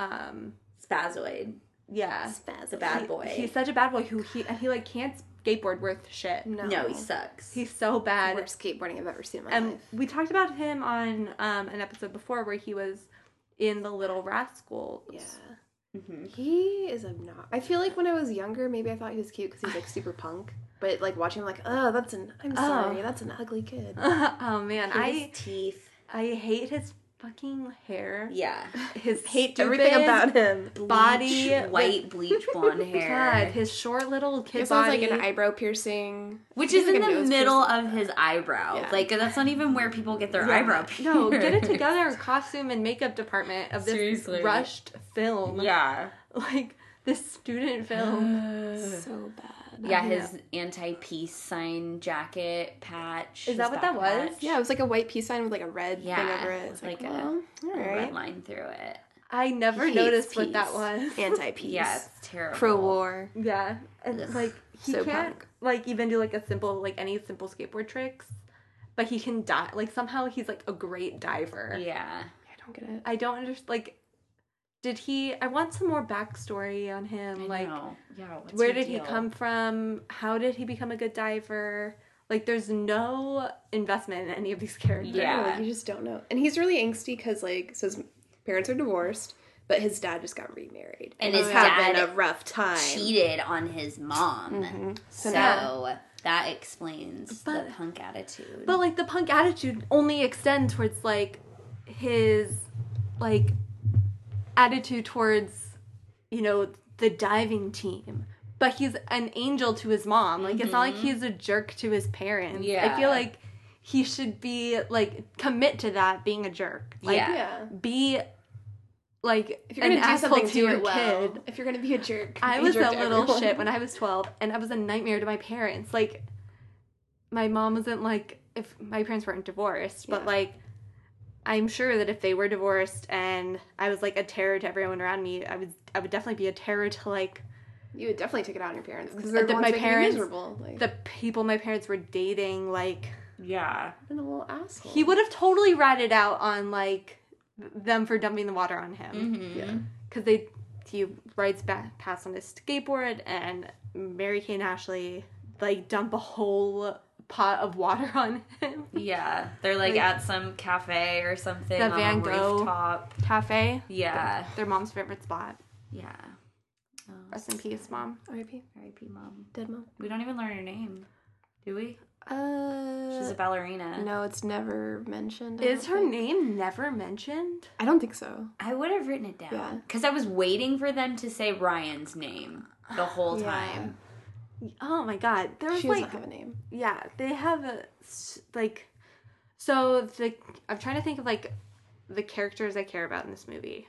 Speaker 2: um,
Speaker 4: Spazoid,
Speaker 2: yeah,
Speaker 4: the bad boy.
Speaker 2: He- he's such a bad boy who he and he like can't skateboard worth shit.
Speaker 3: no,
Speaker 4: no, he sucks.
Speaker 2: He's so bad.
Speaker 3: worst skateboarding I've ever seen in my
Speaker 2: and
Speaker 3: life.
Speaker 2: we talked about him on um an episode before where he was in the Little Rascals.
Speaker 3: Yeah, Mm-hmm.
Speaker 4: Mhm.
Speaker 3: he is obnoxious. I feel like when I was younger, maybe I thought he was cute because he's like super punk. But like watching him, like, oh, that's an. I'm sorry, that's an ugly kid.
Speaker 2: oh man,
Speaker 4: His
Speaker 2: I
Speaker 4: teeth.
Speaker 2: I hate his fucking hair.
Speaker 4: Yeah.
Speaker 2: His
Speaker 3: Hate
Speaker 2: stupid
Speaker 3: everything about him.
Speaker 2: body
Speaker 4: Bleach, white bleach blonde hair.
Speaker 2: God, his short little kid
Speaker 3: His
Speaker 2: body.
Speaker 3: like an eyebrow piercing,
Speaker 4: Which
Speaker 3: He
Speaker 4: is
Speaker 3: has,
Speaker 4: in
Speaker 3: like, a
Speaker 4: the
Speaker 3: nose
Speaker 4: middle of his eyebrow.
Speaker 3: Yeah.
Speaker 4: Like that's not even where people get their eyebrow.
Speaker 2: No, get it
Speaker 4: pierced.
Speaker 2: together, costume and makeup department of this
Speaker 4: Seriously.
Speaker 2: rushed film.
Speaker 4: Yeah.
Speaker 2: Like this student film.
Speaker 3: piercing. So bad.
Speaker 4: Yeah, his anti peace sign jacket patch.
Speaker 2: Is that what that was?
Speaker 3: Yeah, it was like a white peace sign with like a red
Speaker 4: Yeah,
Speaker 3: thing over it.
Speaker 4: it
Speaker 3: It's
Speaker 4: was
Speaker 3: like,
Speaker 4: like a-
Speaker 3: well, all
Speaker 4: Red
Speaker 3: right.
Speaker 4: line through it.
Speaker 2: I never
Speaker 3: Hates
Speaker 2: noticed what
Speaker 3: peace.
Speaker 2: that was.
Speaker 3: Anti-peace.
Speaker 4: Yeah, it's terrible.
Speaker 3: Pro-war.
Speaker 2: Yeah. And
Speaker 4: Ugh.
Speaker 2: like he
Speaker 3: So
Speaker 2: can't
Speaker 3: punk.
Speaker 2: like even do like a simple like any simple skateboard tricks. But he can dive like somehow he's like a great diver.
Speaker 4: Yeah.
Speaker 3: I don't get it.
Speaker 2: I don't understand like did he I want some more backstory on him.
Speaker 4: I
Speaker 2: like
Speaker 4: know. yeah, what's
Speaker 2: where
Speaker 4: your
Speaker 2: did he
Speaker 4: deal?
Speaker 2: come from? How did he become a good diver? Like there's no investment in any of these characters.
Speaker 4: Yeah.
Speaker 3: Yeah, you just don't know. And he's really angsty because like, so his parents are divorced, but his dad just got remarried,
Speaker 4: And
Speaker 3: it's
Speaker 4: his
Speaker 3: having
Speaker 4: dad
Speaker 3: a rough time.
Speaker 4: Cheated on his mom. So,
Speaker 3: now-
Speaker 4: that explains
Speaker 2: But-
Speaker 4: the punk attitude.
Speaker 2: But like the punk attitude only extends towards like his like attitude towards you know the diving team. But he's an angel to his mom. Like it's not
Speaker 3: Mm-hmm.
Speaker 2: like he's a jerk to his parents. I
Speaker 4: Yeah.
Speaker 2: feel like he should be like commit to that being a jerk. Like
Speaker 4: Yeah.
Speaker 3: Yeah.
Speaker 2: be like
Speaker 3: If you're gonna
Speaker 2: an
Speaker 3: do
Speaker 2: asshole
Speaker 3: something,
Speaker 2: to
Speaker 3: do
Speaker 2: your
Speaker 3: it well.
Speaker 2: kid.
Speaker 3: If you're gonna be a jerk,
Speaker 2: I
Speaker 3: be
Speaker 2: was
Speaker 3: jerk
Speaker 2: a
Speaker 3: to
Speaker 2: little
Speaker 3: everyone.
Speaker 2: shit when I was 12, and I was a nightmare to my parents. Like, my mom wasn't like, if my parents weren't divorced, but
Speaker 3: Yeah.
Speaker 2: like, I'm sure that if they were divorced and I was like a terror to everyone around me, I would I would definitely be a terror to like
Speaker 3: You would definitely take it out on your parents because they're
Speaker 2: The-
Speaker 3: the ones
Speaker 2: my
Speaker 3: making you
Speaker 2: parents-
Speaker 3: miserable. Like,
Speaker 2: the people my parents were dating. Like
Speaker 4: yeah.
Speaker 3: been a little asshole.
Speaker 2: he would have totally ratted out on like them for dumping the water on him
Speaker 3: Mm-hmm.
Speaker 4: Mhm.
Speaker 3: Yeah.
Speaker 2: because they he rides back past on his skateboard and Mary Kay and Ashley like dump a whole pot of water on him.
Speaker 4: Yeah, they're like,
Speaker 2: Like-
Speaker 4: at some cafe or something
Speaker 2: The
Speaker 4: on
Speaker 2: Van
Speaker 4: a
Speaker 2: Gogh.
Speaker 4: rooftop.
Speaker 2: Cafe,
Speaker 4: Yeah,
Speaker 2: their mom's favorite spot.
Speaker 4: yeah.
Speaker 2: Rest in peace, mom.
Speaker 3: R.I.P.
Speaker 4: R.I.P. Mom.
Speaker 3: Dead mom.
Speaker 4: We don't even learn her name, do we?
Speaker 3: Uh,
Speaker 4: She's a ballerina.
Speaker 3: no, it's never mentioned. I
Speaker 2: Is
Speaker 3: don't
Speaker 2: her
Speaker 3: think.
Speaker 2: name never mentioned?
Speaker 3: I don't think so.
Speaker 4: I would have written it
Speaker 3: Yeah.
Speaker 4: down because I was waiting for them to say Ryan's name the whole
Speaker 3: Yeah.
Speaker 4: time.
Speaker 2: Oh my god, there was
Speaker 3: She
Speaker 2: like
Speaker 3: doesn't have a name.
Speaker 2: yeah, they have a s- like. So the I'm trying to think of like the characters I care about in this movie.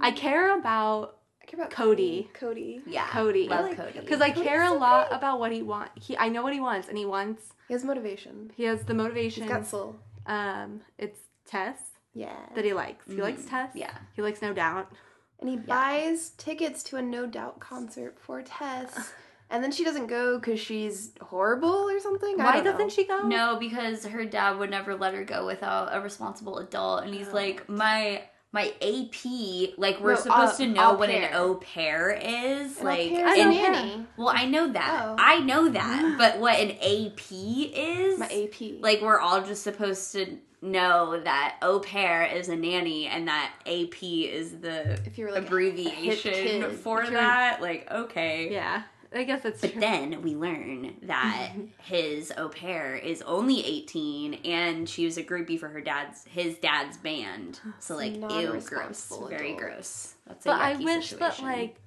Speaker 2: I care about
Speaker 3: Uh, I care about
Speaker 2: Cody.
Speaker 3: Cody.
Speaker 4: Yeah,
Speaker 2: Cody.
Speaker 4: Love
Speaker 2: I
Speaker 4: Cody.
Speaker 2: Because I care a lot about what he wants. He, I know what he wants, and he wants.
Speaker 3: He has motivation.
Speaker 2: He has the motivation.
Speaker 3: He's got soul.
Speaker 2: um, it's Tess
Speaker 3: Yeah.
Speaker 2: that he likes. He likes
Speaker 3: Mm,
Speaker 2: Tess.
Speaker 4: yeah.
Speaker 2: He likes No Doubt.
Speaker 3: And he buys tickets to a No Doubt concert for Tess. And then she doesn't go because she's horrible or something. I
Speaker 2: Why
Speaker 3: don't know.
Speaker 2: doesn't she go?
Speaker 4: No, because her dad would never let her go without a responsible adult, and he's
Speaker 3: Oh.
Speaker 4: like, my my AP, like we're
Speaker 3: No,
Speaker 4: supposed
Speaker 3: au-
Speaker 4: to
Speaker 3: uh, au
Speaker 4: know what an
Speaker 3: pair.
Speaker 4: au pair is, like
Speaker 3: pair
Speaker 2: I
Speaker 3: is
Speaker 2: don't
Speaker 4: and-
Speaker 3: a
Speaker 2: care.
Speaker 3: nanny.
Speaker 4: Well, I know that.
Speaker 3: Oh.
Speaker 4: I know that. But what an AP is?
Speaker 3: My AP.
Speaker 4: Like we're all just supposed to know that au pair is a nanny and that AP is the
Speaker 3: If you're, like, a hip
Speaker 4: abbreviation
Speaker 3: kid,
Speaker 4: for
Speaker 3: if you're-
Speaker 4: that. Like okay.
Speaker 2: Yeah. I guess that's
Speaker 4: But
Speaker 2: true.
Speaker 4: then we learn that
Speaker 2: Mm-hmm.
Speaker 4: his au pair is only 18 and she was a groupie for her dad's his dad's band. So like ew gross.
Speaker 3: non-responsible
Speaker 4: Very
Speaker 3: adult.
Speaker 4: gross. That's a
Speaker 2: but I
Speaker 4: yucky
Speaker 2: wish that
Speaker 4: situation.
Speaker 2: like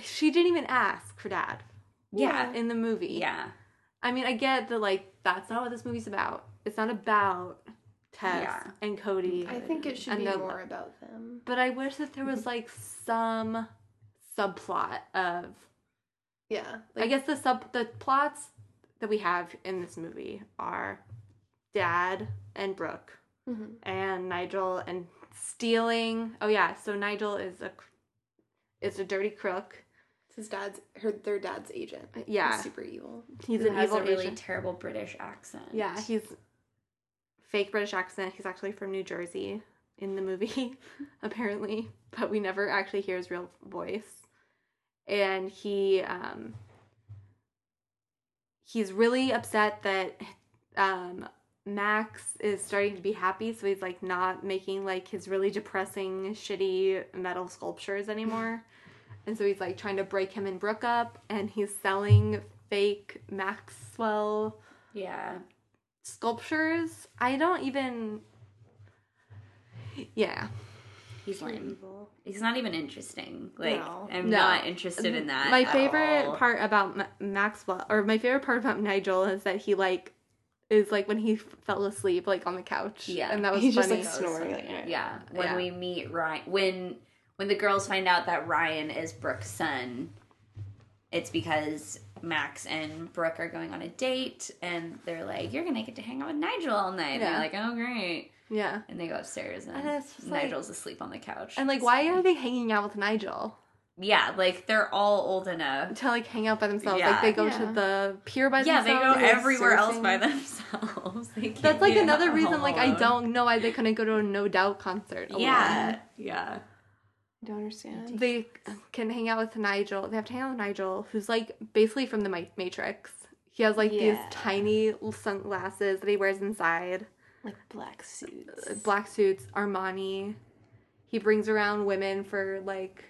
Speaker 2: she didn't even ask for dad
Speaker 4: Yeah.
Speaker 2: in the movie.
Speaker 4: Yeah.
Speaker 2: I mean, I get that like that's not what this movie's about. It's not about Tess
Speaker 4: Yeah.
Speaker 2: and Cody.
Speaker 3: I think it should
Speaker 2: And
Speaker 3: be
Speaker 2: the-
Speaker 3: more Mm-hmm. about them.
Speaker 2: But I wish that there was like some subplot of
Speaker 3: Yeah.
Speaker 2: I guess the sub the plots that we have in this movie are Dad and Brooke
Speaker 3: Mhm.
Speaker 2: and Nigel and stealing. Oh yeah, so Nigel is a cr- is a dirty crook.
Speaker 3: It's his dad's her their dad's agent.
Speaker 2: yeah.
Speaker 3: He's super evil.
Speaker 2: He's
Speaker 4: Who
Speaker 2: an
Speaker 4: has
Speaker 2: evil
Speaker 4: a really
Speaker 2: agent.
Speaker 4: terrible British accent.
Speaker 2: Yeah, he's fake British accent. He's actually from New Jersey in the movie, apparently, but we never actually hear his real voice. And he um he's really upset that um Max is starting to be happy, so he's like not making like his really depressing, shitty metal sculptures anymore. And so he's like trying to break him and Brooke up, and he's selling fake Maxwell
Speaker 4: Yeah.
Speaker 2: sculptures. I don't even. Yeah.
Speaker 4: He's lame. He's not even interesting. Like
Speaker 3: No.
Speaker 4: I'm
Speaker 2: No.
Speaker 4: not interested in that.
Speaker 2: my
Speaker 4: at
Speaker 2: favorite
Speaker 4: all.
Speaker 2: part about Ma- Maxwell, or my favorite part about Nigel, is that he like is like when he f- fell asleep like on the couch.
Speaker 4: Yeah.
Speaker 2: and that was
Speaker 3: He's just
Speaker 2: funny.
Speaker 3: like snoring. Like, "Eh."
Speaker 4: Yeah. When
Speaker 2: Yeah.
Speaker 4: we meet Ryan when when the girls find out that Ryan is Brooke's son, it's because Max and Brooke are going on a date and they're like, You're gonna get to hang out with Nigel all night. And
Speaker 2: Yeah.
Speaker 4: they're like, Oh great.
Speaker 2: yeah,
Speaker 4: And they go upstairs and,
Speaker 2: And it's just like-
Speaker 4: Nigel's asleep on the couch.
Speaker 2: and like, why are they hanging out with Nigel
Speaker 4: Yeah, like they're all old enough.
Speaker 2: to like hang out by themselves?
Speaker 4: Yeah.
Speaker 2: Like they go
Speaker 3: Yeah.
Speaker 2: to the pier by
Speaker 4: Yeah, they
Speaker 2: themselves.
Speaker 4: go
Speaker 2: they're
Speaker 4: everywhere else
Speaker 2: surfing.
Speaker 4: by themselves. They can't
Speaker 2: That's like
Speaker 4: be
Speaker 2: another
Speaker 4: out
Speaker 2: reason. Like I
Speaker 4: alone.
Speaker 2: don't know why they couldn't go to a No Doubt concert. alone.
Speaker 4: Yeah, yeah.
Speaker 3: I don't understand.
Speaker 2: they can hang out with Nigel. They have to hang out with Nigel, who's like basically from the Mi- Matrix. He has like these
Speaker 3: Yeah.
Speaker 2: tiny l- sunglasses that he wears inside,
Speaker 3: Like black suits.
Speaker 2: uh, black suits, Armani. He brings around women for like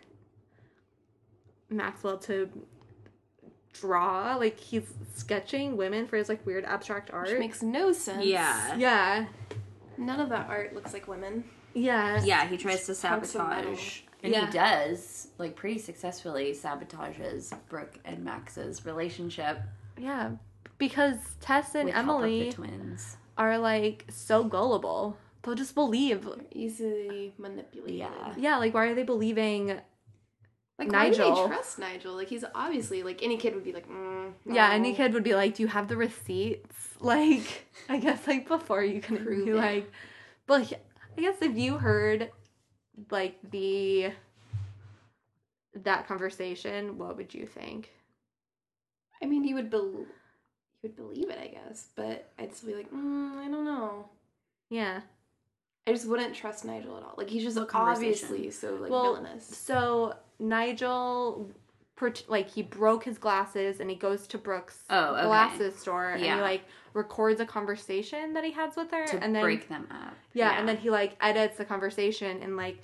Speaker 2: Maxwell to draw. Like he's sketching women for his like weird abstract art.
Speaker 3: Which makes no sense.
Speaker 4: Yeah.
Speaker 2: yeah,
Speaker 3: None of that art looks like women.
Speaker 2: yeah,
Speaker 4: Yeah, he tries to
Speaker 3: Chunks of metal.
Speaker 4: sabotage. And
Speaker 2: Yeah.
Speaker 4: he does, like pretty successfully sabotages Brooke and Max's relationship
Speaker 2: yeah. Because Tess and
Speaker 4: with
Speaker 2: Emily.
Speaker 4: help of the twins.
Speaker 2: are like so gullible. They'll just believe.
Speaker 3: Easily manipulated.
Speaker 4: Yeah.
Speaker 2: Yeah, like why are they believing?
Speaker 3: Like why do
Speaker 2: Nigel.
Speaker 3: they trust Nigel? Like he's obviously like any kid would be like, mm,
Speaker 2: Yeah,
Speaker 3: no.
Speaker 2: any kid would be like, "Do you have the receipts?" Like, I guess like before you can
Speaker 3: Prove
Speaker 2: be
Speaker 3: it.
Speaker 2: like, but like, I guess if you heard like the that conversation, what would you think?
Speaker 3: I mean, he would bel he would believe it, I guess, but I'd still be like, mm, I don't know.
Speaker 2: Yeah.
Speaker 3: I just wouldn't trust Nigel at all. Like he's just like,
Speaker 4: conversation?
Speaker 3: obviously so like
Speaker 2: Well,
Speaker 3: villainous.
Speaker 2: So Nigel, per- like he broke his glasses and he goes to Brooke's
Speaker 4: Oh, okay.
Speaker 2: glasses store and
Speaker 4: Yeah.
Speaker 2: he like records a conversation that he has with her
Speaker 4: To
Speaker 2: and then
Speaker 4: break them up.
Speaker 2: Yeah, and then he like edits the conversation and like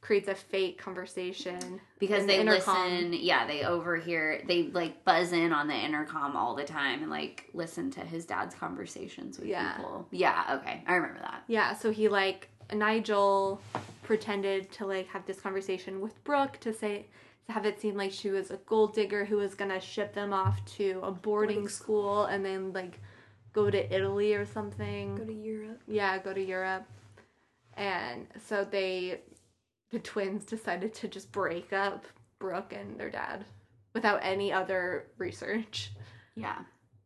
Speaker 2: creates a fake conversation.
Speaker 4: because
Speaker 2: in the
Speaker 4: they
Speaker 2: intercom.
Speaker 4: listen, yeah, they overhear, they like buzz in on the intercom all the time and like listen to his dad's conversations with
Speaker 2: Yeah.
Speaker 4: people. Yeah, okay, I remember that.
Speaker 2: Yeah, so he like Nigel pretended to like have this conversation with Brooke to say to have it seem like she was a gold digger who was gonna ship them off to a boarding school and then like go to Italy or something.
Speaker 3: Go to Europe.
Speaker 2: yeah, go to Europe. And so they the twins decided to just break up Brooke and their dad without any other research.
Speaker 4: Yeah,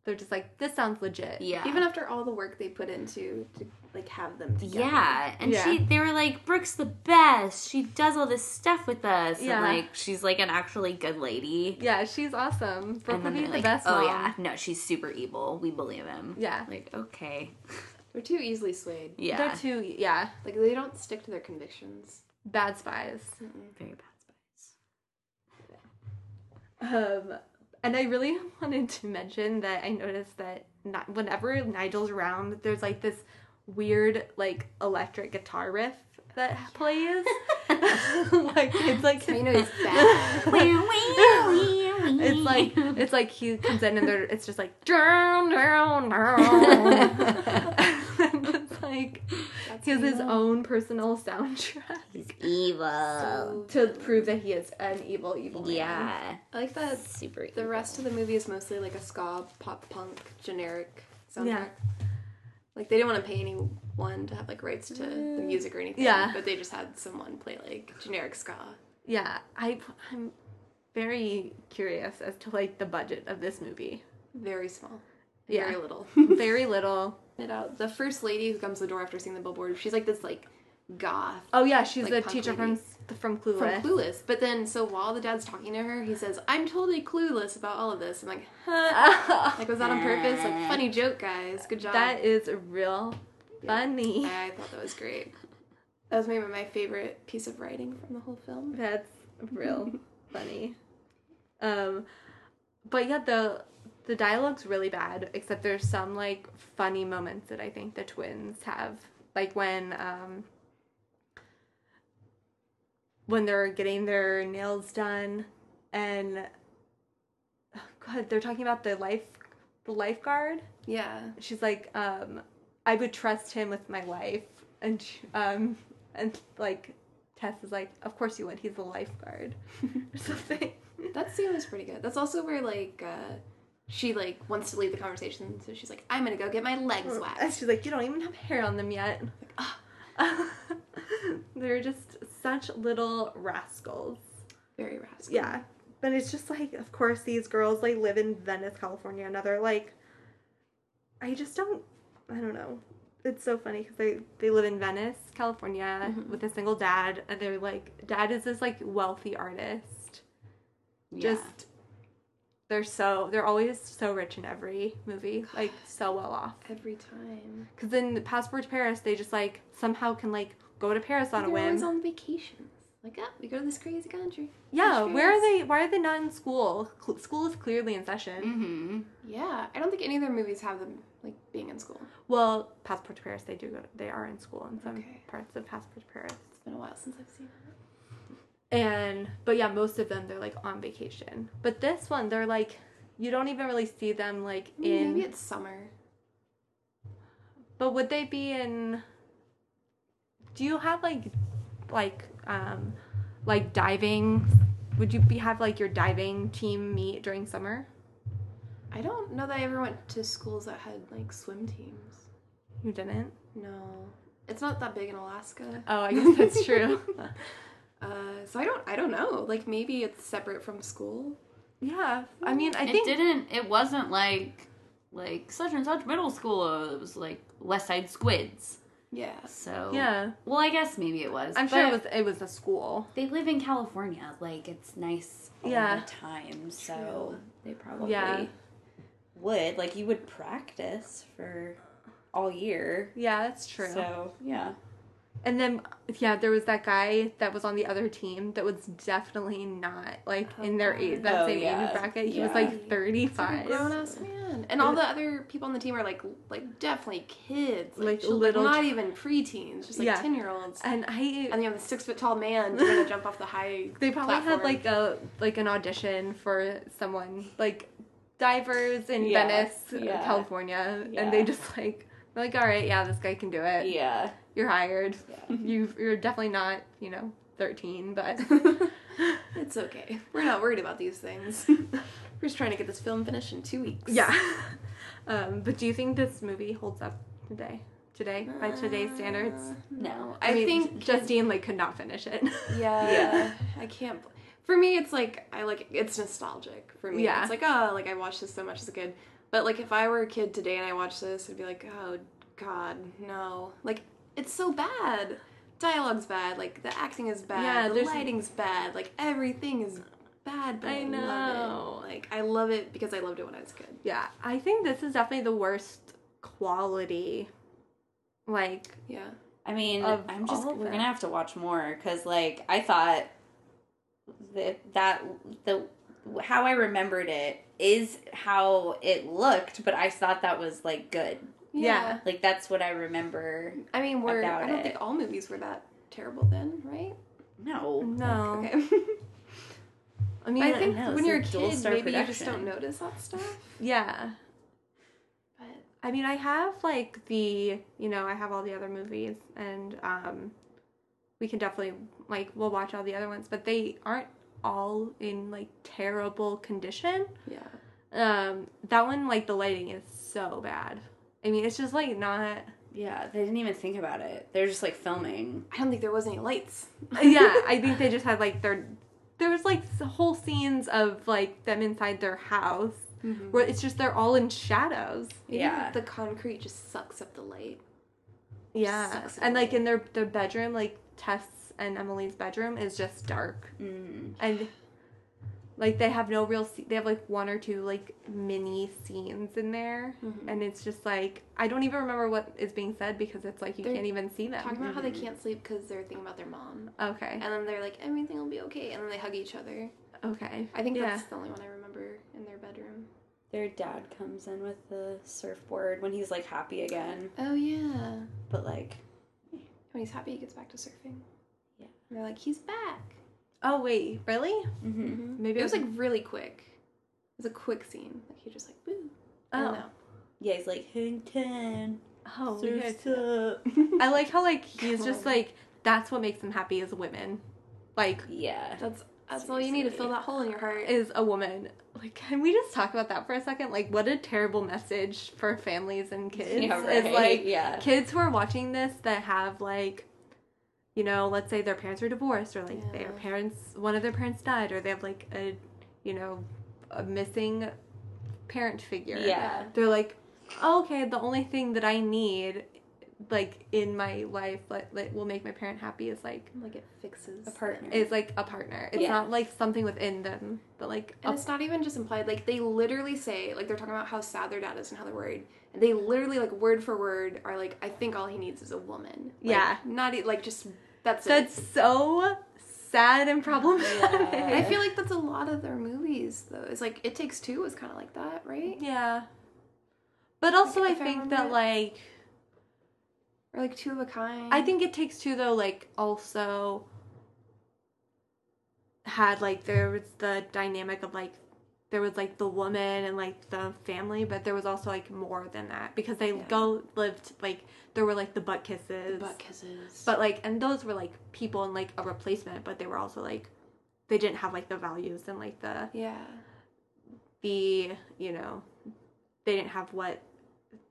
Speaker 2: they're just like this sounds legit
Speaker 4: yeah.
Speaker 3: Even after all the work they put into to like have them together.
Speaker 4: Yeah, and
Speaker 2: Yeah.
Speaker 4: she they were like, Brooke's the best. She does all this stuff with us.
Speaker 2: Yeah.
Speaker 4: And like she's like an actually good lady.
Speaker 2: yeah she's awesome brooke would
Speaker 4: And then
Speaker 2: be
Speaker 4: they're
Speaker 2: the
Speaker 4: like,
Speaker 2: best
Speaker 4: Oh
Speaker 2: mom.
Speaker 4: yeah, no, she's super evil. We believe him.
Speaker 2: yeah
Speaker 4: Like, okay.
Speaker 3: They're too easily swayed.
Speaker 4: Yeah.
Speaker 2: they're two yeah
Speaker 3: Like they don't stick to their convictions.
Speaker 2: bad spies
Speaker 4: very bad spies.
Speaker 2: um and i really wanted to mention that i noticed that not, whenever nigel's around there's like this weird like electric guitar riff that plays like it's like
Speaker 3: So you know he's bad.
Speaker 4: Wee, wee, wee,
Speaker 2: It's like it's like he comes in and they're it's just like drown, drown, drown. and it's like he has his own personal soundtrack
Speaker 4: Evil.
Speaker 2: to prove that he is an evil, evil man.
Speaker 4: Yeah.
Speaker 3: I like that
Speaker 4: Super
Speaker 3: the rest of the movie is mostly like a ska, pop punk, generic soundtrack.
Speaker 2: Yeah.
Speaker 3: Like they didn't want to pay anyone to have like rights to the music or anything.
Speaker 2: Mm. Yeah.
Speaker 3: But they just had someone play like generic ska.
Speaker 2: Yeah, I I'm very curious as to like the budget of this movie.
Speaker 3: Very small.
Speaker 2: Yeah.
Speaker 3: Very little.
Speaker 2: Very little.
Speaker 3: it out. The first lady who comes to the door after seeing the billboard, she's like this like goth
Speaker 2: Oh yeah, she's
Speaker 3: Like
Speaker 2: the
Speaker 3: punk
Speaker 2: teacher from from Clueless.
Speaker 3: from Clueless. But then, so while the dad's talking to her, he says, "I'm totally clueless about all of this." I'm like, huh?
Speaker 2: Oh
Speaker 3: like was that on purpose? Like funny joke, guys. Good job.
Speaker 2: that is real funny.
Speaker 3: I thought that was great. That was maybe my favorite piece of writing from the whole film.
Speaker 2: That's real funny. Um, but yeah, the the dialogue's really bad. Except there's some like funny moments that I think the twins have, like when um when they're getting their nails done, and oh God, they're talking about the life the lifeguard.
Speaker 3: Yeah.
Speaker 2: She's like, um, I would trust him with my life, and she, um, and like, Tess is like, of course you would. He's a lifeguard or something.
Speaker 3: That scene was pretty good. That's also where like uh, she like wants to leave the conversation, so she's like, "I'm gonna go get my legs
Speaker 2: And
Speaker 3: waxed."
Speaker 2: she's like, you don't even have hair on them yet. "Ah." They're just such little rascals.
Speaker 3: Very rascal.
Speaker 2: Yeah, but it's just like, of course, these girls like live in Venice, California, and they're like, I just don't, I don't know. It's so funny because they they live in Venice, California, with a single dad, and they're like, dad is this like wealthy artist. Just they're so they're always so rich in every movie, like so well off.
Speaker 3: Every time.
Speaker 2: Because in Passport to Paris, they just like somehow can like go to Paris on a
Speaker 3: They're
Speaker 2: whim.
Speaker 3: always on vacations. Like, oh, we go to this crazy country.
Speaker 2: yeah,
Speaker 3: Beach
Speaker 2: where are
Speaker 3: Paris.
Speaker 2: they? Why are they not in school? Cl- school is clearly in session.
Speaker 4: Mm-hmm.
Speaker 3: Yeah, I don't think any of their movies have them like being in school.
Speaker 2: Well, Passport to Paris, they do go. They are in school in some
Speaker 3: Okay.
Speaker 2: parts of Passport to Paris.
Speaker 3: It's been a while since I've seen it.
Speaker 2: And but yeah, most of them they're like on vacation. But this one, they're like, you don't even really see them like in.
Speaker 3: Maybe it's summer.
Speaker 2: But would they be in? Do you have like, like, um, like diving? Would you be have like your diving team meet during summer?
Speaker 3: I don't know that I ever went to schools that had like swim teams.
Speaker 2: You didn't.
Speaker 3: No, it's not that big in Alaska.
Speaker 2: Oh, I guess that's true.
Speaker 3: Uh, so I don't, I don't know. Like maybe it's separate from school.
Speaker 2: yeah, I mean, I
Speaker 4: it
Speaker 2: think
Speaker 4: didn't. It wasn't like like such and such middle school. It was like West Side Squids.
Speaker 3: Yeah.
Speaker 4: So
Speaker 2: yeah.
Speaker 4: Well, I guess maybe it was.
Speaker 2: I'm sure it
Speaker 4: but
Speaker 2: was it was a school.
Speaker 4: They live in California. Like it's nice all
Speaker 2: Yeah.
Speaker 4: the time. So they probably
Speaker 2: Yeah.
Speaker 4: would like you would practice for all year.
Speaker 2: Yeah, that's true.
Speaker 4: So yeah.
Speaker 2: And then, yeah, there was that guy that was on the other team that was definitely not like in their age, that
Speaker 4: Oh,
Speaker 2: same age
Speaker 4: yeah.
Speaker 2: bracket. He was
Speaker 4: Yeah.
Speaker 2: like
Speaker 3: Like a
Speaker 2: 35.
Speaker 3: grown ass man, and all the other people on the team are like, like definitely kids, like,
Speaker 2: Like
Speaker 3: chil- like,
Speaker 2: little
Speaker 3: not
Speaker 2: ch-
Speaker 3: even preteens, just like
Speaker 2: Yeah.
Speaker 3: ten year olds.
Speaker 2: And I,
Speaker 3: And you have the six foot tall man trying to jump off the high.
Speaker 2: they probably
Speaker 3: platform.
Speaker 2: had like a like an audition for someone like divers in
Speaker 4: Yeah.
Speaker 2: Venice, uh,
Speaker 4: Yeah.
Speaker 2: California,
Speaker 4: Yeah.
Speaker 2: and they just like they're like, all right, yeah, this guy can do it.
Speaker 4: Yeah.
Speaker 2: You're hired. You you're definitely not you know 13, but
Speaker 3: It's okay. We're not worried about these things. We're just trying to get this film finished in two weeks.
Speaker 2: yeah. Um, but do you think this movie holds up today? Today by today's standards?
Speaker 4: No.
Speaker 3: I, think
Speaker 2: Justine like could not finish it.
Speaker 3: Yeah.
Speaker 4: Yeah.
Speaker 3: I can't. bl- For me, it's like I like it's nostalgic for me.
Speaker 2: Yeah.
Speaker 3: It's like oh, like I watched this so much as a kid. But like if I were a kid today and I watched this, I'd be like, oh God, no! Like it's so bad. Dialogue's bad. Like the acting is bad.
Speaker 2: Yeah,
Speaker 3: the
Speaker 2: there's-
Speaker 3: lighting's bad. Like everything is bad. But I,
Speaker 2: I know.
Speaker 3: Love it. Like I love it because I loved it when I was a kid.
Speaker 2: yeah, I think this is definitely the worst quality. Like,
Speaker 3: Yeah.
Speaker 4: I mean,
Speaker 2: of
Speaker 4: I'm just
Speaker 2: all of
Speaker 4: we're
Speaker 2: them.
Speaker 4: gonna have to watch more because like I thought that that the how I remembered it is how it looked, but I thought that was like good.
Speaker 2: Yeah.
Speaker 4: Like that's what I remember.
Speaker 3: I mean, we're.
Speaker 4: About
Speaker 3: I don't
Speaker 4: it.
Speaker 3: think all movies were that terrible then, right?
Speaker 4: No.
Speaker 2: no.
Speaker 3: Okay. I mean,
Speaker 2: I think
Speaker 4: know,
Speaker 3: when
Speaker 4: it's
Speaker 3: you're
Speaker 4: a
Speaker 3: a
Speaker 4: dual
Speaker 3: kid,
Speaker 4: star
Speaker 3: maybe you just don't
Speaker 4: production.
Speaker 3: notice that stuff.
Speaker 2: Yeah.
Speaker 3: But
Speaker 2: I mean, I have like the, you know, I have all the other movies, and um, we can definitely like we'll watch all the other ones, but they aren't all in like terrible condition.
Speaker 3: yeah,
Speaker 2: Um, that one, like the lighting is so bad. I mean, it's just like not.
Speaker 4: Yeah, they didn't even think about it. They're just like filming.
Speaker 3: I don't think there was any lights.
Speaker 2: Yeah, I think they just had like their. There was like s- whole scenes of like them inside their house
Speaker 3: Mm-hmm.
Speaker 2: where it's just they're all in shadows.
Speaker 3: Maybe
Speaker 4: Yeah.
Speaker 3: the concrete just sucks up the light.
Speaker 2: Yeah,
Speaker 3: Sucks
Speaker 2: and like
Speaker 3: away.
Speaker 2: in their their bedroom, like Tess and Emily's bedroom is just dark,
Speaker 4: Mm.
Speaker 2: and like they have no real. Se- they have like one or two like mini scenes in there,
Speaker 3: Mm-hmm.
Speaker 2: and it's just like I don't even remember what is being said because it's like you
Speaker 3: They're
Speaker 2: can't even see them.
Speaker 3: Talking about how they can't sleep because they're thinking about their mom,
Speaker 2: okay,
Speaker 3: and then they're like, everything will be okay, and then they hug each other.
Speaker 2: okay,
Speaker 3: I think
Speaker 2: Yeah.
Speaker 3: that's the only one I remember in their bedroom.
Speaker 4: Their dad comes in with the surfboard when he's like happy again,
Speaker 3: Oh yeah.
Speaker 4: but like
Speaker 3: When he's happy, he gets back to surfing.
Speaker 4: Yeah.
Speaker 3: And they're like, he's back.
Speaker 2: Oh wait, really?
Speaker 4: mm-hmm.
Speaker 2: Maybe
Speaker 3: It was like really quick. It was a quick scene. Like he just like boo. I don't
Speaker 2: oh,
Speaker 3: know.
Speaker 4: yeah, he's like hang ten,
Speaker 2: oh yeah.
Speaker 4: surf's up.
Speaker 2: I like how like he's just
Speaker 3: Come on.
Speaker 2: like that's what makes him happy is women, like
Speaker 4: Yeah,
Speaker 3: That's that's all you need to fill that hole in your heart.
Speaker 2: is a woman. Like, can we just talk about that for a second? Like, what a terrible message for families and kids.
Speaker 4: yeah,
Speaker 2: Is
Speaker 4: right.
Speaker 2: like
Speaker 4: yeah,
Speaker 2: kids who are watching this that have like, you know, let's say their parents are divorced or like their
Speaker 3: Yeah.
Speaker 2: parents, one of their parents died, or they have like a, you know, a missing parent figure.
Speaker 4: yeah.
Speaker 2: They're like, "Oh, okay, the only thing that I need, like in my life, like that will make my parent happy is like
Speaker 3: like it fixes
Speaker 4: A partner.
Speaker 2: is like a partner. It's
Speaker 4: Yeah.
Speaker 2: not like something within them, but like a
Speaker 3: And it's not even just implied. Like they literally say, like they're talking about how sad their dad is and how they're worried. And they literally, like word for word, are like, I think all he needs is a woman. Like,
Speaker 2: Yeah.
Speaker 3: Not e- like just that's, it.
Speaker 2: That's so sad and problematic.
Speaker 4: Yeah.
Speaker 3: And I feel like that's a lot of their movies though. It's like It Takes Two is kind of like that, right?
Speaker 2: Yeah. But also, I
Speaker 3: Like, if I
Speaker 2: think
Speaker 3: remember
Speaker 2: that,
Speaker 3: it-
Speaker 2: like,
Speaker 3: Or like Two of a Kind.
Speaker 2: I think it takes two, though, like, also had, like, there was the dynamic of, like, there was, like, the woman and, like, the family, but there was also, like, more than that because they
Speaker 3: Yeah.
Speaker 2: go lived, like, there were, like, the butt kisses.
Speaker 3: butt kisses.
Speaker 2: But, like, and those were, like, people and, like, a replacement, but they were also, like, they didn't have, like, the values and, like, the.
Speaker 3: yeah.
Speaker 2: the you know they didn't have what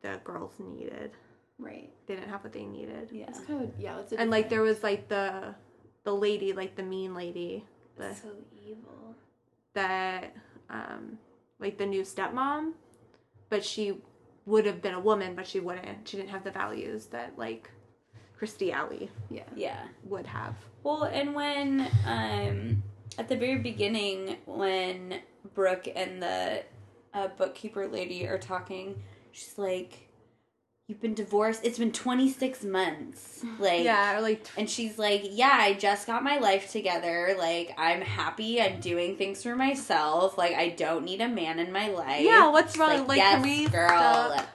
Speaker 2: the girls needed
Speaker 3: Right.
Speaker 2: they didn't have what they needed
Speaker 4: yeah.
Speaker 3: It's kind of yeah. It's a
Speaker 2: and like
Speaker 3: different-
Speaker 2: there was like the the lady like the mean lady the,
Speaker 3: so evil.
Speaker 2: that um like the new stepmom but she would have been a woman but she wouldn't she didn't have the values that like christy alley
Speaker 3: Yeah.
Speaker 4: yeah.
Speaker 2: would have
Speaker 4: Well, and when um at the very beginning when Brooke and the uh, bookkeeper lady are talking, she's like, "You've been divorced. It's been 26 months." Like
Speaker 2: yeah or like
Speaker 4: And she's like, Yeah, I just got my life together. Like, I'm happy. I'm doing things for myself. Like, I don't need a man in my life.
Speaker 2: yeah what's wrong like,
Speaker 4: yes,
Speaker 2: can we
Speaker 4: girl.
Speaker 2: stop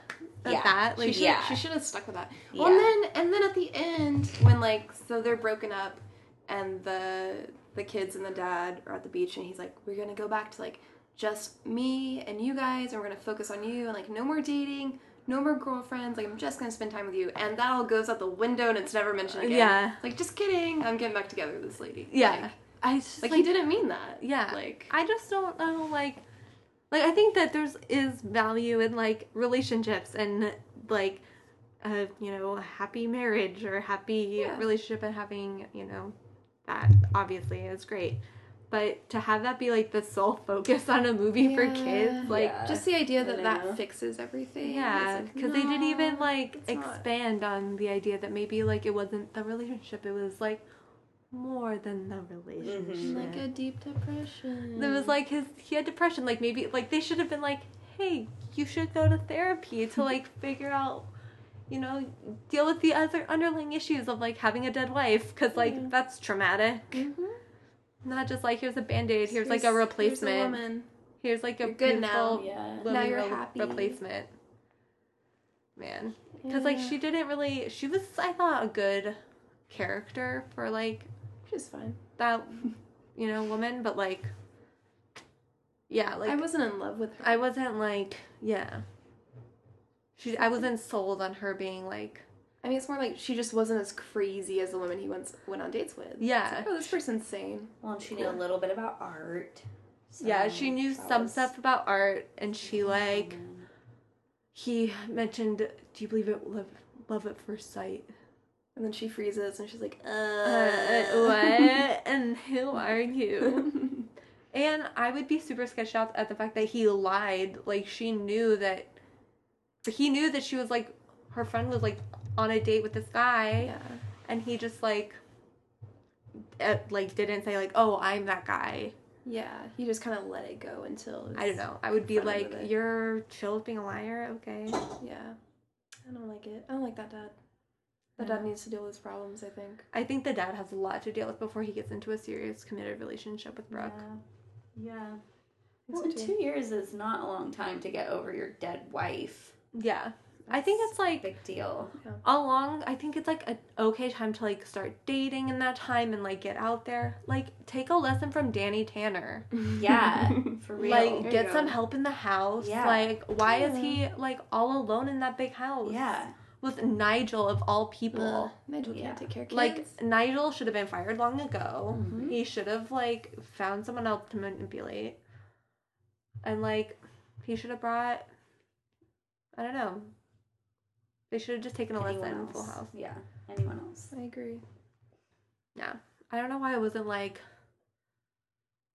Speaker 2: at
Speaker 4: yeah.
Speaker 2: that like
Speaker 3: She should,
Speaker 4: Yeah.
Speaker 3: she should have stuck with that.
Speaker 4: Yeah.
Speaker 3: Well, and then and then at the end, when like so they're broken up, and the the kids and the dad are at the beach, and he's like, "We're gonna go back to like just me and you guys, and we're gonna focus on you, and like no more dating, no more girlfriends. Like I'm just gonna spend time with you." And that all goes out the window, and it's never mentioned again.
Speaker 2: Yeah.
Speaker 3: It's Like just kidding, I'm getting back together with this lady.
Speaker 2: yeah
Speaker 3: Like,
Speaker 2: i just
Speaker 3: like, he didn't mean that.
Speaker 2: Yeah.
Speaker 3: Like
Speaker 2: I just don't know like like I think that there's is value in like relationships and like a you know a happy marriage or happy
Speaker 3: Yeah.
Speaker 2: relationship and having you know that obviously is great but to have that be like the sole focus on a movie for
Speaker 3: Yeah.
Speaker 2: kids like
Speaker 4: Yeah.
Speaker 3: just the idea
Speaker 4: I
Speaker 3: that
Speaker 4: know.
Speaker 3: that fixes everything. It's
Speaker 2: yeah
Speaker 3: like,
Speaker 2: because they didn't
Speaker 3: no.
Speaker 2: even like
Speaker 3: it's not.
Speaker 2: expand on the idea that maybe like it wasn't the relationship it was like more than the relationship
Speaker 3: like a deep depression.
Speaker 2: There was like his he had depression. Like maybe like they should have been like, hey, you should go to therapy to like figure out, you know, deal with the other underlying issues of like having a dead wife because like that's traumatic.
Speaker 3: Mhm.
Speaker 2: Not just like here's a band aid, here's like a
Speaker 3: Here's- here's
Speaker 2: replacement, here's,
Speaker 3: woman.
Speaker 2: like a
Speaker 3: You're
Speaker 2: beautiful
Speaker 3: good now.
Speaker 4: Yeah.
Speaker 2: woman
Speaker 3: Now you're
Speaker 2: re-
Speaker 3: happy.
Speaker 2: replacement. Man, because like
Speaker 3: Yeah.
Speaker 2: she didn't really. She was I thought a good character for like
Speaker 3: She's fine.
Speaker 2: that you know woman but like Yeah, like
Speaker 3: I wasn't in love with her.
Speaker 2: I wasn't like yeah. She I wasn't sold on her being like
Speaker 3: I mean, it's more like she just wasn't as crazy as the woman he once went on dates with.
Speaker 2: Yeah.
Speaker 3: It's like, oh, this person's sane.
Speaker 4: Well, she knew a little bit about art. so
Speaker 2: yeah, she knew
Speaker 4: that
Speaker 2: some
Speaker 4: was-
Speaker 2: stuff about art and she like he mentioned do you believe it love love at first sight?
Speaker 3: And then she freezes and she's like, uh,
Speaker 2: Uh, what? and who are you? And I would be super sketched out at the fact that he lied. Like she knew that he knew that she was like her friend was like on a date with this guy
Speaker 3: yeah.
Speaker 2: and he just like uh, like didn't say like oh I'm that guy.
Speaker 3: Yeah. He just kind of let it go until.
Speaker 2: I don't know. I would be
Speaker 3: Front end
Speaker 2: like
Speaker 3: of it.
Speaker 2: you're chill with being a liar, okay?
Speaker 3: Yeah. I don't like it. I don't like that dad. That dad needs to deal with his problems, I think.
Speaker 2: I think the dad has a lot to deal with before he gets into a serious committed relationship with Brooke.
Speaker 4: Yeah. yeah.
Speaker 3: It's
Speaker 4: Well,
Speaker 3: good too.
Speaker 4: two years is not a long time to get over your dead wife.
Speaker 2: yeah. I think it's like
Speaker 4: Big deal.
Speaker 2: along i think it's like a okay time to like start dating in that time and like get out there like take a lesson from danny tanner
Speaker 4: Yeah, for real.
Speaker 2: like
Speaker 3: you
Speaker 2: get
Speaker 3: go.
Speaker 2: some help in the house
Speaker 4: Yeah.
Speaker 2: like why is he like all alone in that big house
Speaker 4: yeah,
Speaker 2: with nigel of all people
Speaker 3: Ugh, Nigel
Speaker 4: Yeah.
Speaker 3: can't take care of kids.
Speaker 2: like nigel should have been fired long ago
Speaker 4: Mm-hmm.
Speaker 2: he should have like found someone else to manipulate and like he should have brought i don't know they should have just taken a lesson
Speaker 4: anyone
Speaker 2: in full
Speaker 4: else?
Speaker 2: house
Speaker 4: Yeah, anyone else?
Speaker 3: I agree.
Speaker 2: Yeah. I don't know why I wasn't like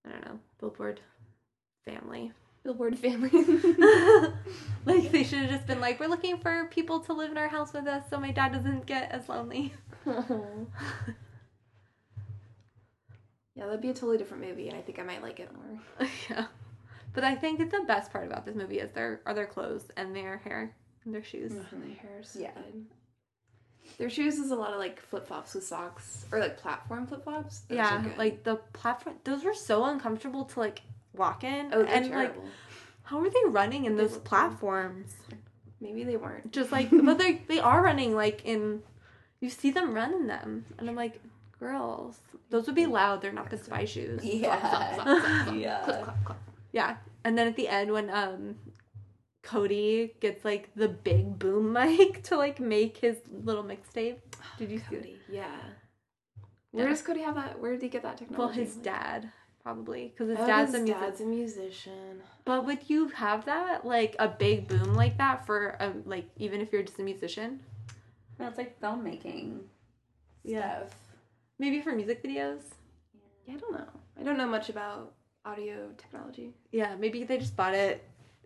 Speaker 2: I don't know, billboard family.
Speaker 3: Billboard family.
Speaker 2: like they should have just been like, We're looking for people to live in our house with us so my dad doesn't get as lonely.
Speaker 3: yeah, that'd be a totally different movie, and I think I might like it more.
Speaker 2: yeah. But I think the best part about this movie is their are their clothes and their hair and their shoes.
Speaker 3: And their hair's
Speaker 4: Yeah.
Speaker 3: good. Their shoes is a lot of like flip flops with socks or like platform flip flops.
Speaker 2: Yeah. Like the platform those were so uncomfortable to like walk in.
Speaker 3: oh, they're
Speaker 2: and
Speaker 3: terrible.
Speaker 2: like how are they running in
Speaker 3: They
Speaker 2: those
Speaker 3: look-
Speaker 2: platforms?
Speaker 3: Maybe they weren't.
Speaker 2: just like but they they are running like in you see them run in them and i'm like girls those would be loud they're not the spy shoes
Speaker 4: Yeah, yeah.
Speaker 2: yeah and then at the end when um cody gets like the big boom mic to like make his little mixtape did you see
Speaker 3: Cody. Yeah. Where
Speaker 2: Yeah.
Speaker 3: does Cody have that? Where did he get that technology?
Speaker 2: well his dad probably because his
Speaker 3: Oh,
Speaker 2: dad's
Speaker 3: his
Speaker 2: a musician
Speaker 3: dad's a musician.
Speaker 2: but would you have that like a big boom like that for um like even if you're just a musician
Speaker 4: Well, it's like filmmaking
Speaker 2: Yeah.
Speaker 4: stuff.
Speaker 2: maybe for music videos
Speaker 3: Yeah, I don't know. I don't know much about audio technology.
Speaker 2: Yeah, maybe they just bought it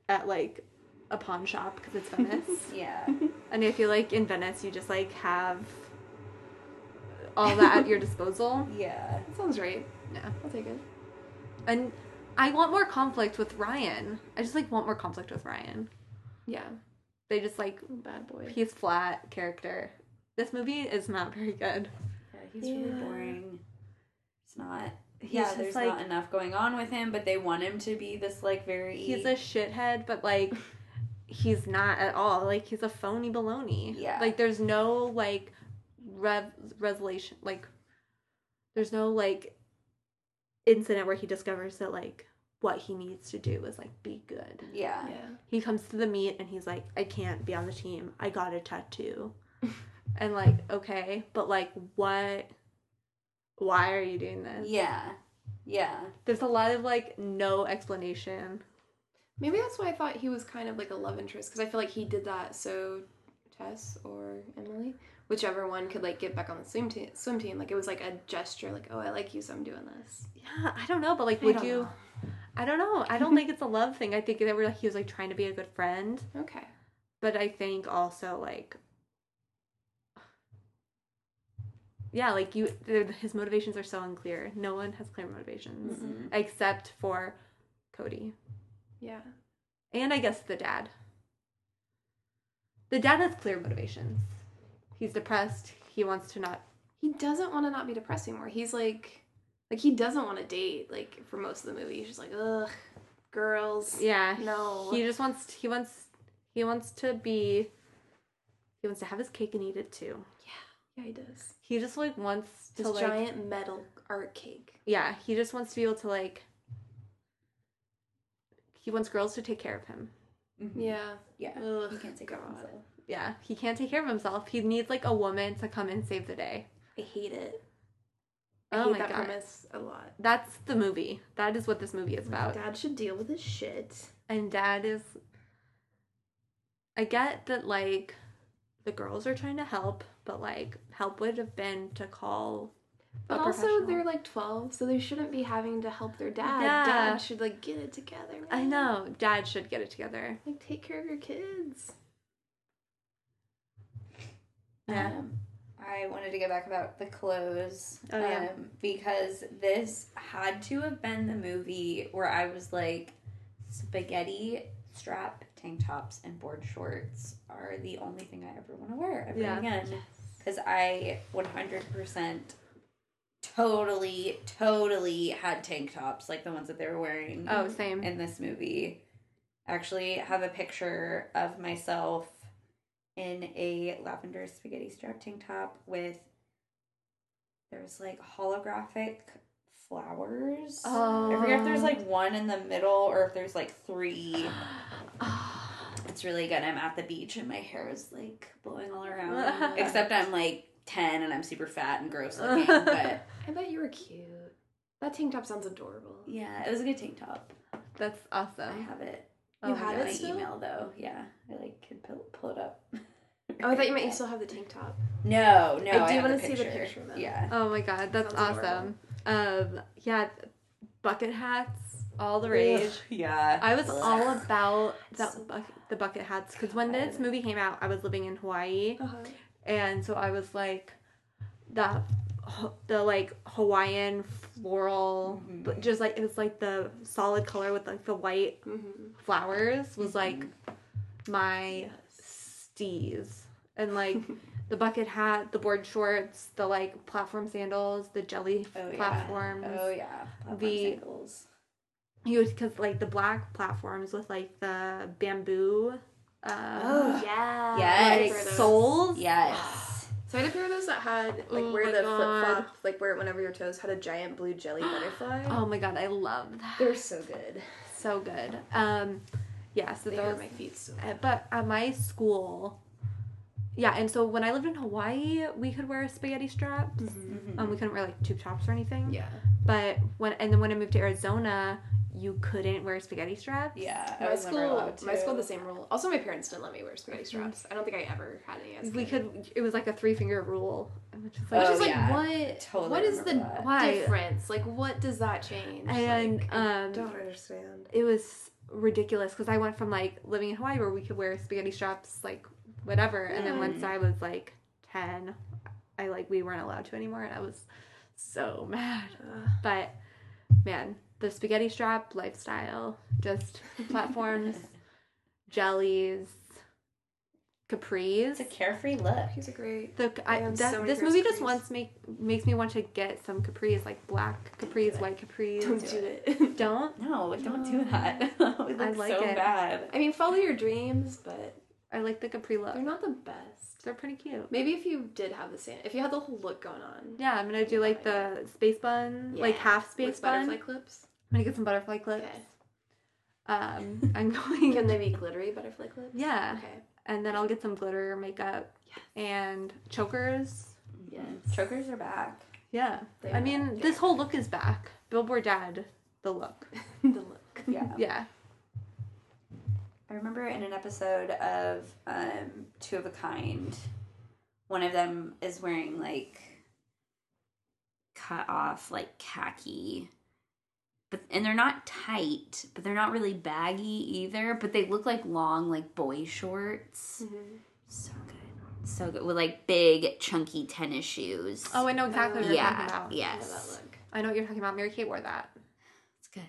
Speaker 2: at like a pawn shop because it's Venice.
Speaker 4: Yeah,
Speaker 2: and I feel like in Venice, you just like have all that at your disposal.
Speaker 4: yeah.
Speaker 3: That sounds right.
Speaker 2: Yeah.
Speaker 3: I'll take it.
Speaker 2: And I want more conflict with Ryan. I just like want more conflict with Ryan.
Speaker 3: Yeah.
Speaker 2: They just like
Speaker 3: Bad boy.
Speaker 2: he's flat character. This movie is not very good.
Speaker 4: Yeah, he's really
Speaker 3: Yeah.
Speaker 4: boring. It's not. yeah,
Speaker 2: just,
Speaker 4: there's
Speaker 2: like-
Speaker 4: not enough going on with him, but they want him to be this like very.
Speaker 2: He's a shithead, but like he's not at all. Like he's a phony baloney.
Speaker 4: Yeah.
Speaker 2: Like there's no like rev resolution. Like there's no like incident where he discovers that like what he needs to do is like be good.
Speaker 4: yeah.
Speaker 3: Yeah.
Speaker 2: He comes to the meet and he's like, I can't be on the team. I got a tattoo. and like, okay, but like what why are you doing this?
Speaker 4: yeah, yeah,
Speaker 2: There's a lot of like no explanation.
Speaker 3: Maybe that's why I thought he was kind of like a love interest because I feel like he did that so Tess or Emily, whichever one could like get back on the swim team. Swim team, like it was like a gesture, like oh I like you, so I'm doing this.
Speaker 2: Yeah, I don't know, but like,
Speaker 3: I
Speaker 2: would
Speaker 3: don't
Speaker 2: you?
Speaker 3: know.
Speaker 2: I don't know. I don't think it's a love thing. I think that we're like, he was like trying to be a good friend,
Speaker 3: Okay,
Speaker 2: but I think also like, yeah, like you, they're- his motivations are so unclear. No one has clear motivations except for Cody
Speaker 3: yeah,
Speaker 2: and I guess the dad. The dad has clear motivations. He's depressed. He wants to not.
Speaker 3: he doesn't want to not be depressed anymore. He's like, like he doesn't want to date. Like for most of the movie, he's just like ugh, girls.
Speaker 2: Yeah,
Speaker 3: No.
Speaker 2: He just wants. He wants. He wants to be. He wants to have his cake and eat it too.
Speaker 3: yeah, he does.
Speaker 2: He just like wants to
Speaker 3: This
Speaker 2: like
Speaker 3: giant metal art cake.
Speaker 2: yeah, he just wants to be able to like He wants girls to take care of him.
Speaker 3: Yeah.
Speaker 4: Yeah.
Speaker 3: Ugh,
Speaker 4: he can't take care of
Speaker 3: God.
Speaker 4: himself.
Speaker 2: Yeah, he can't take care of himself. He needs like a woman to come and save the day.
Speaker 3: I hate it. I
Speaker 2: Oh
Speaker 3: hate
Speaker 2: my
Speaker 3: that
Speaker 2: god.
Speaker 3: premise a lot.
Speaker 2: That's the movie. That is what this movie is about.
Speaker 3: Dad should deal with his shit.
Speaker 2: and dad is i get that like the girls are trying to help but like help would have been to call
Speaker 3: But
Speaker 2: a
Speaker 3: also,
Speaker 2: professional.
Speaker 3: they're like 12, so they shouldn't be having to help their dad.
Speaker 2: Yeah.
Speaker 3: Dad should like get it together. Man.
Speaker 2: i know dad should get it together
Speaker 3: Like, take care of your kids.
Speaker 4: Um, I wanted to go back about the clothes.
Speaker 2: Oh, yeah.
Speaker 4: um, because this had to have been the movie where I was like, spaghetti strap tank tops and board shorts are the only thing I ever want to wear ever
Speaker 2: Yeah.
Speaker 4: again. Because I 100% totally, totally had tank tops like the ones that they were wearing
Speaker 2: oh same
Speaker 4: in this movie. Actually, have a picture of myself in a lavender spaghetti strap tank top with there's like holographic flowers.
Speaker 2: Oh.
Speaker 4: I forget if there's like one in the middle or if there's like three. It's really good. I'm at the beach and my hair is like blowing all around. Except I'm like 10 and I'm super fat and gross looking. But
Speaker 3: I bet you were cute. That tank top sounds adorable.
Speaker 4: yeah, it was a good tank top.
Speaker 2: that's
Speaker 4: I
Speaker 2: awesome
Speaker 4: have it.
Speaker 2: oh
Speaker 3: you
Speaker 2: my
Speaker 3: had
Speaker 4: got
Speaker 3: it
Speaker 4: my
Speaker 3: still?
Speaker 4: email though. Yeah, I like could pull, pull it up.
Speaker 3: Oh, I thought you meant you still have the tank top.
Speaker 4: No, no.
Speaker 3: I do
Speaker 4: have
Speaker 3: wanna see the picture, though.
Speaker 4: Yeah.
Speaker 2: oh my god that's
Speaker 3: Sounds
Speaker 2: awesome um yeah bucket hats all the rage
Speaker 4: Yeah.
Speaker 2: I was
Speaker 4: Ugh.
Speaker 2: all about that
Speaker 4: so
Speaker 2: bucket, the bucket hats because when this movie came out, I was living in Hawaii,
Speaker 3: Uh-huh.
Speaker 2: and so I was like, the the like Hawaiian floral,
Speaker 4: Mm-hmm.
Speaker 2: but just like it was like the solid color with like the white
Speaker 3: Mm-hmm.
Speaker 2: flowers
Speaker 4: Mm-hmm.
Speaker 2: was like my steez, and like the bucket hat, the board shorts, the like platform sandals, the jelly
Speaker 4: Oh, yeah.
Speaker 2: platforms
Speaker 4: Oh yeah. Platform
Speaker 2: The-
Speaker 4: sandals.
Speaker 2: you would because like the black platforms with like the bamboo
Speaker 4: Oh,
Speaker 2: uh
Speaker 3: Oh, yeah.
Speaker 4: Yes.
Speaker 2: like soles
Speaker 4: Yes.
Speaker 3: So I had a pair of those that had like
Speaker 2: Oh
Speaker 3: where
Speaker 2: my
Speaker 3: the flip
Speaker 2: God.
Speaker 3: flop, like where it went over your toes, had a giant blue jelly butterfly.
Speaker 2: oh my god i love that
Speaker 3: They're so good.
Speaker 2: so good um yeah so
Speaker 3: They
Speaker 2: those
Speaker 3: hurt my feet so.
Speaker 2: uh, but at my school yeah and so when i lived in hawaii we could wear spaghetti straps
Speaker 4: Mm-hmm.
Speaker 2: um we couldn't wear like tube tops or anything
Speaker 3: Yeah.
Speaker 2: but when and then when i moved to arizona you couldn't wear spaghetti straps
Speaker 4: Yeah. I
Speaker 3: My
Speaker 4: was never
Speaker 3: school,
Speaker 4: allowed
Speaker 3: my
Speaker 4: to.
Speaker 3: school, had the same rule. Also, my parents didn't let me wear spaghetti straps. I don't think I ever had any. As a
Speaker 2: Mm-hmm. we
Speaker 3: kid.
Speaker 2: could it was like a three finger rule which is
Speaker 4: Oh,
Speaker 2: like
Speaker 3: Which is like
Speaker 4: yeah.
Speaker 3: what?
Speaker 4: Totally
Speaker 3: what is the
Speaker 4: remember that.
Speaker 2: Why?
Speaker 3: difference? Like, what does that change?
Speaker 2: and
Speaker 3: Like, I
Speaker 2: um
Speaker 3: don't understand.
Speaker 2: it was ridiculous because I went from like living in Hawaii where we could wear spaghetti straps like whatever, and then
Speaker 3: Mm.
Speaker 2: once I was like ten, I like we weren't allowed to anymore, and I was so mad. But man, the spaghetti strap lifestyle, just platforms, jellies, capris.
Speaker 4: It's a carefree look.
Speaker 3: These are great.
Speaker 2: The, I,
Speaker 3: have
Speaker 2: that,
Speaker 3: so many
Speaker 2: this
Speaker 3: pairs
Speaker 2: movie
Speaker 3: of
Speaker 2: just
Speaker 3: capris.
Speaker 2: wants make makes me want to get some capris, like black capris, white capris.
Speaker 3: Don't do it.
Speaker 2: Don't.
Speaker 4: No, don't do that. it looks
Speaker 2: like
Speaker 4: so
Speaker 2: it.
Speaker 4: bad.
Speaker 3: I mean, follow your dreams, but
Speaker 2: I like the capri look.
Speaker 3: they're not the best.
Speaker 2: They're pretty cute.
Speaker 3: Maybe if you did have the same, if you had the whole look going on,
Speaker 2: Yeah, I'm gonna do like the space bun, like
Speaker 3: Yeah.
Speaker 2: half space
Speaker 3: with
Speaker 2: bun.
Speaker 3: butterfly clips.
Speaker 2: I'm gonna get some butterfly clips.
Speaker 3: Okay.
Speaker 2: Um, I'm going.
Speaker 3: Can they be glittery butterfly clips?
Speaker 2: yeah,
Speaker 3: Okay.
Speaker 2: and then I'll get some glitter makeup and chokers.
Speaker 3: Yes.
Speaker 4: Chokers are back.
Speaker 2: Yeah,
Speaker 3: They
Speaker 2: I
Speaker 3: are,
Speaker 2: mean this whole look is back. Billboard Dad, the look.
Speaker 3: the look.
Speaker 4: Yeah.
Speaker 2: Yeah.
Speaker 4: I remember in an episode of um, Two of a Kind, one of them is wearing like cut off like khaki, but and they're not tight, but they're not really baggy either. But they look like long like boy shorts.
Speaker 3: Mm-hmm.
Speaker 4: So good, so good with like big chunky tennis shoes.
Speaker 2: Oh, I know exactly what you're talking
Speaker 4: yeah,
Speaker 2: about.
Speaker 3: That
Speaker 4: yes,
Speaker 3: look.
Speaker 2: I know what you're talking about. Mary Kate wore that.
Speaker 4: it's good.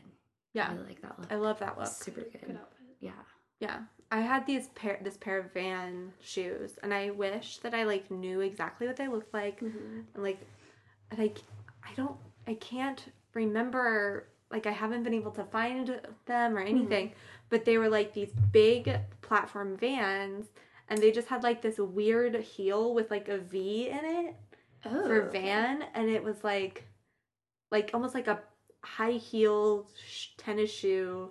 Speaker 2: Yeah,
Speaker 4: I
Speaker 3: Mm.
Speaker 4: really like that look.
Speaker 2: I love that look.
Speaker 4: Super good.
Speaker 3: Good outfit.
Speaker 4: Yeah.
Speaker 2: Yeah. I had these pair this pair of van shoes and I wish that I like knew exactly what they looked like. And like and I I don't I can't remember like I haven't been able to find them or anything, but they were like these big platform vans and they just had like this weird heel with like a V in it
Speaker 3: Oh.
Speaker 2: for van and it was like like almost like a high heel sh- tennis shoe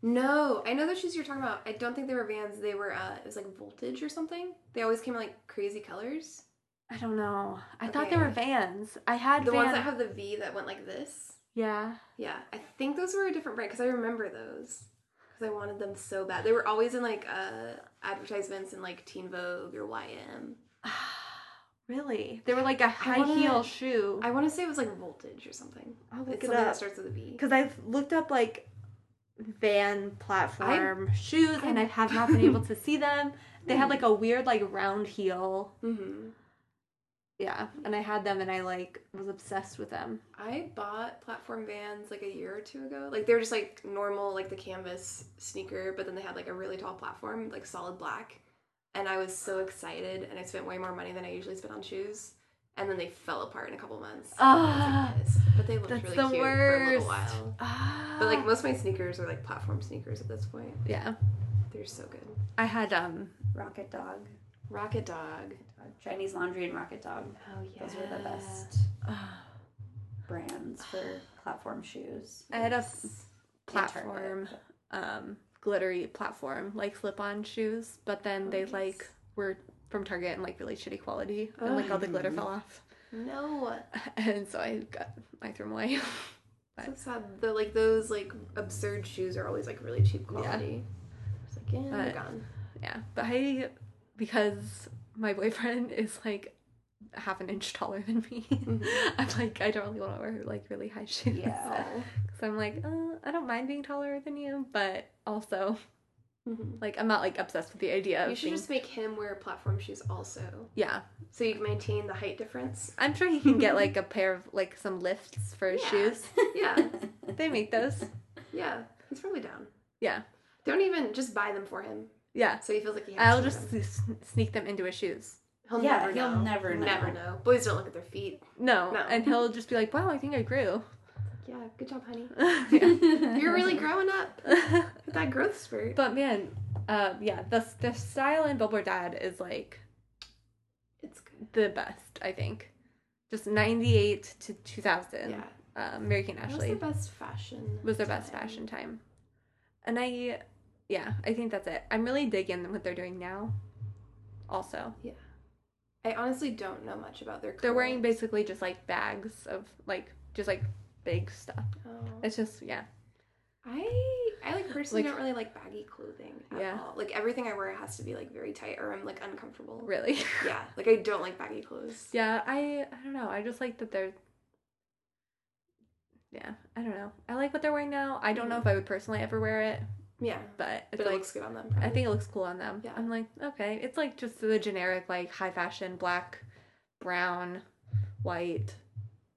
Speaker 3: No, I know the shoes you're talking about. I don't think they were Vans. They were uh, it was like Voltage or something. They always came in like crazy colors.
Speaker 2: I don't know. I thought they
Speaker 3: Okay.
Speaker 2: were vans. I had
Speaker 3: The ones
Speaker 2: Vans-
Speaker 3: that have the V that went like this.
Speaker 2: yeah.
Speaker 3: Yeah, I think those were a different brand because I remember those because I wanted them so bad. They were always in like uh, advertisements in like Teen Vogue or YM.
Speaker 2: Really? They were like a high
Speaker 3: wanna-
Speaker 2: heel shoe.
Speaker 3: I want to say it was like Voltage or something.
Speaker 2: I'll look
Speaker 3: It's
Speaker 2: it
Speaker 3: something
Speaker 2: up.
Speaker 3: that starts with a V.
Speaker 2: Because I've looked up like van platform shoes and I have not been able to see them. They had like a weird like round heel.
Speaker 3: Mm-hmm.
Speaker 2: Yeah. And I had them and I like was obsessed with them.
Speaker 3: I bought platform Vans like a year or two ago. Like they were just like normal, like the canvas sneaker, but then they had like a really tall platform, like solid black. And I was so excited, and I spent way more money than I usually spend on shoes. And then they fell apart in a couple months.
Speaker 2: Ah,
Speaker 3: Yes, but they looked
Speaker 2: That's
Speaker 3: really
Speaker 2: the
Speaker 3: cute for a
Speaker 2: worst.
Speaker 3: little while.
Speaker 2: ah.
Speaker 3: But like most of my sneakers are like platform sneakers at this point.
Speaker 2: yeah.
Speaker 3: They're so good.
Speaker 2: I had um
Speaker 4: Rocket Dog.
Speaker 3: Rocket Dog.
Speaker 4: Chinese Laundry and Rocket Dog.
Speaker 3: Oh yeah.
Speaker 4: Those were the best brands for platform shoes.
Speaker 2: I had a f-
Speaker 4: Interpret.
Speaker 2: platform um glittery platform like slip-on shoes, but then
Speaker 3: Oh,
Speaker 2: they like were from Target and like really shitty quality and like all the
Speaker 3: Oh.
Speaker 2: glitter fell off.
Speaker 3: No.
Speaker 2: And so I got I threw them away.
Speaker 3: So sad. The like those like absurd shoes are always like really cheap quality. It's like yeah, they're
Speaker 2: But-
Speaker 3: gone.
Speaker 2: Yeah, but I, because my boyfriend is like half an inch taller than me, I'm like, I don't really want to wear like really high shoes.
Speaker 4: Yeah.
Speaker 3: Oh.
Speaker 2: Because I'm like, uh, I don't mind being taller than you, but also,
Speaker 3: Mhm.
Speaker 2: like, I'm not like obsessed with the idea of
Speaker 3: You should
Speaker 2: being-
Speaker 3: just make him wear platform shoes also,
Speaker 2: Yeah.
Speaker 3: so you can maintain the height difference.
Speaker 2: I'm sure he can get like a pair of like some lifts for his
Speaker 3: Yeah.
Speaker 2: shoes.
Speaker 3: Yeah,
Speaker 2: They make those.
Speaker 3: yeah. He's probably down.
Speaker 2: Yeah.
Speaker 3: Don't even just buy them for him,
Speaker 2: Yeah.
Speaker 3: so he feels like he has.
Speaker 2: I'll
Speaker 3: to wear
Speaker 2: just
Speaker 3: them.
Speaker 2: s- sneak them into his shoes.
Speaker 3: He'll
Speaker 4: Yeah,
Speaker 3: never
Speaker 4: he'll
Speaker 3: know.
Speaker 4: never know.
Speaker 3: Never know. Boys don't look at their feet.
Speaker 2: No.
Speaker 3: No.
Speaker 2: And he'll just be like, wow, I think I grew.
Speaker 3: Yeah. Good job, honey.
Speaker 2: Yeah.
Speaker 3: You're really growing up. With that growth spurt.
Speaker 2: But man, uh, yeah, the the style in Billboard Dad is like
Speaker 3: It's good.
Speaker 2: the best, I think. Just ninety eight to two thousand.
Speaker 3: Yeah.
Speaker 2: Uh, Mary Kate and
Speaker 3: That was the
Speaker 2: Ashley
Speaker 3: best fashion.
Speaker 2: was their best
Speaker 3: time.
Speaker 2: fashion time, and I, yeah, I think that's it. I'm really digging what they're doing now. Also,
Speaker 3: I honestly don't know much about their.
Speaker 2: they're
Speaker 3: curl.
Speaker 2: wearing basically just like bags of like just like big stuff.
Speaker 3: Oh.
Speaker 2: It's just yeah,
Speaker 3: I I like personally
Speaker 2: Like-
Speaker 3: don't really like baggy clothing at
Speaker 2: Yeah.
Speaker 3: all. Like everything I wear has to be like very tight or I'm like uncomfortable.
Speaker 2: really.
Speaker 3: Yeah, like I don't like baggy clothes.
Speaker 2: Yeah, I I don't know. I just like that they're Yeah, I don't know. I like what they're wearing now. I don't know if I would personally ever wear it,
Speaker 3: Yeah,
Speaker 2: but I
Speaker 3: but it
Speaker 2: feel like
Speaker 3: looks good on them.
Speaker 2: I
Speaker 3: probably.
Speaker 2: think it looks cool on them.
Speaker 3: Yeah.
Speaker 2: I'm like, okay. It's like just the generic like high fashion black, brown, white,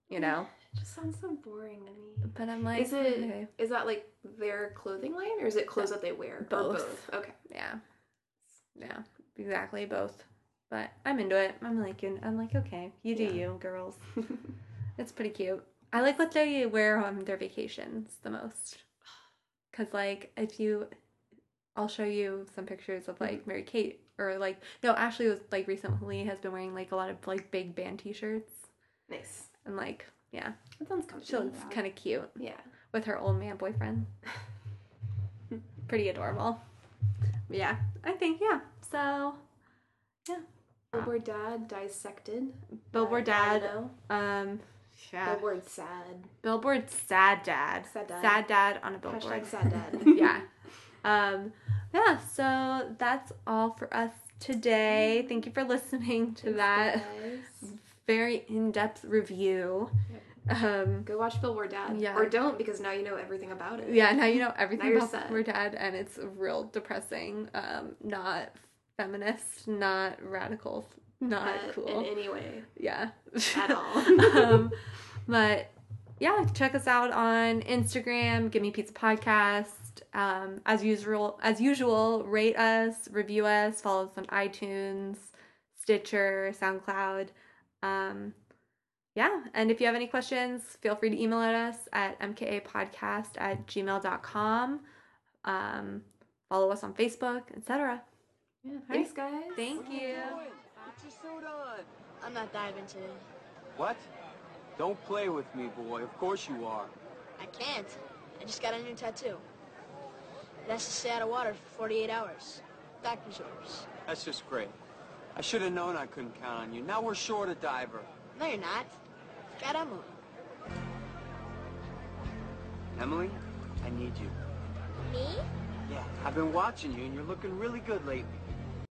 Speaker 2: you know.
Speaker 3: it just sounds so boring to me.
Speaker 2: But I'm like
Speaker 3: is it is
Speaker 2: okay.
Speaker 3: that like their clothing line or is it clothes that they wear? Or
Speaker 2: Both.
Speaker 3: both. Okay.
Speaker 2: Yeah. Yeah. Exactly both. But I'm into it. I'm like I'm like, okay, you do
Speaker 3: Yeah.
Speaker 2: you, girls. It's pretty cute. I like what they wear on their vacations the most. Cause like if you I'll show you some pictures of like Mary Kate or like no, Ashley was like recently has been wearing like a lot of like big band t shirts
Speaker 3: nice.
Speaker 2: and like yeah.
Speaker 3: That sounds comfy.
Speaker 4: Oh,
Speaker 2: She looks kinda cute
Speaker 3: Yeah.
Speaker 2: with her old man boyfriend. pretty adorable. But yeah, I think yeah. So
Speaker 3: Billboard Dad dissected.
Speaker 2: Billboard
Speaker 3: I
Speaker 2: Dad
Speaker 3: know.
Speaker 2: um yeah.
Speaker 3: Billboard sad.
Speaker 2: Billboard sad dad.
Speaker 3: Sad dad.
Speaker 2: Sad dad on a billboard.
Speaker 3: Hashtag sad dad.
Speaker 2: yeah. Um, yeah, so that's all for us
Speaker 3: Mm-hmm.
Speaker 2: today. Thank you for listening to that
Speaker 3: Guys,
Speaker 2: very in depth review. Um,
Speaker 3: Go watch Billboard Dad.
Speaker 2: Yeah.
Speaker 3: Or don't because now you know everything about it.
Speaker 2: yeah, now you know everything
Speaker 3: you're
Speaker 2: about
Speaker 3: set.
Speaker 2: We're Dead, and it's real depressing. Um, not feminist, not radical, not
Speaker 3: Uh,
Speaker 2: cool.
Speaker 3: In any way.
Speaker 2: yeah.
Speaker 3: At all.
Speaker 2: um, but yeah, check us out on Instagram, Give Me Pizza Podcast. Um, as usual, as usual, rate us, review us, follow us on iTunes, Stitcher, SoundCloud. Um, yeah, and if you have any questions, feel free to email at us at mkapodcast at gmail.com. Um, follow us on Facebook, etc.
Speaker 3: yeah, thanks, guys.
Speaker 2: Thank you.
Speaker 6: Put your suit on.
Speaker 7: I'm not diving today.
Speaker 6: What? Don't play with me, boy. Of course you are.
Speaker 7: I can't. I just got a new tattoo. It has to stay out of water for 48 hours. Doctor's orders.
Speaker 6: That's just great. I should have known I couldn't count on you. Now we're short a diver.
Speaker 7: No, you're not. Got Emily.
Speaker 6: Emily, I need you.
Speaker 5: Me?
Speaker 6: Yeah, I've been watching you and you're looking really good lately.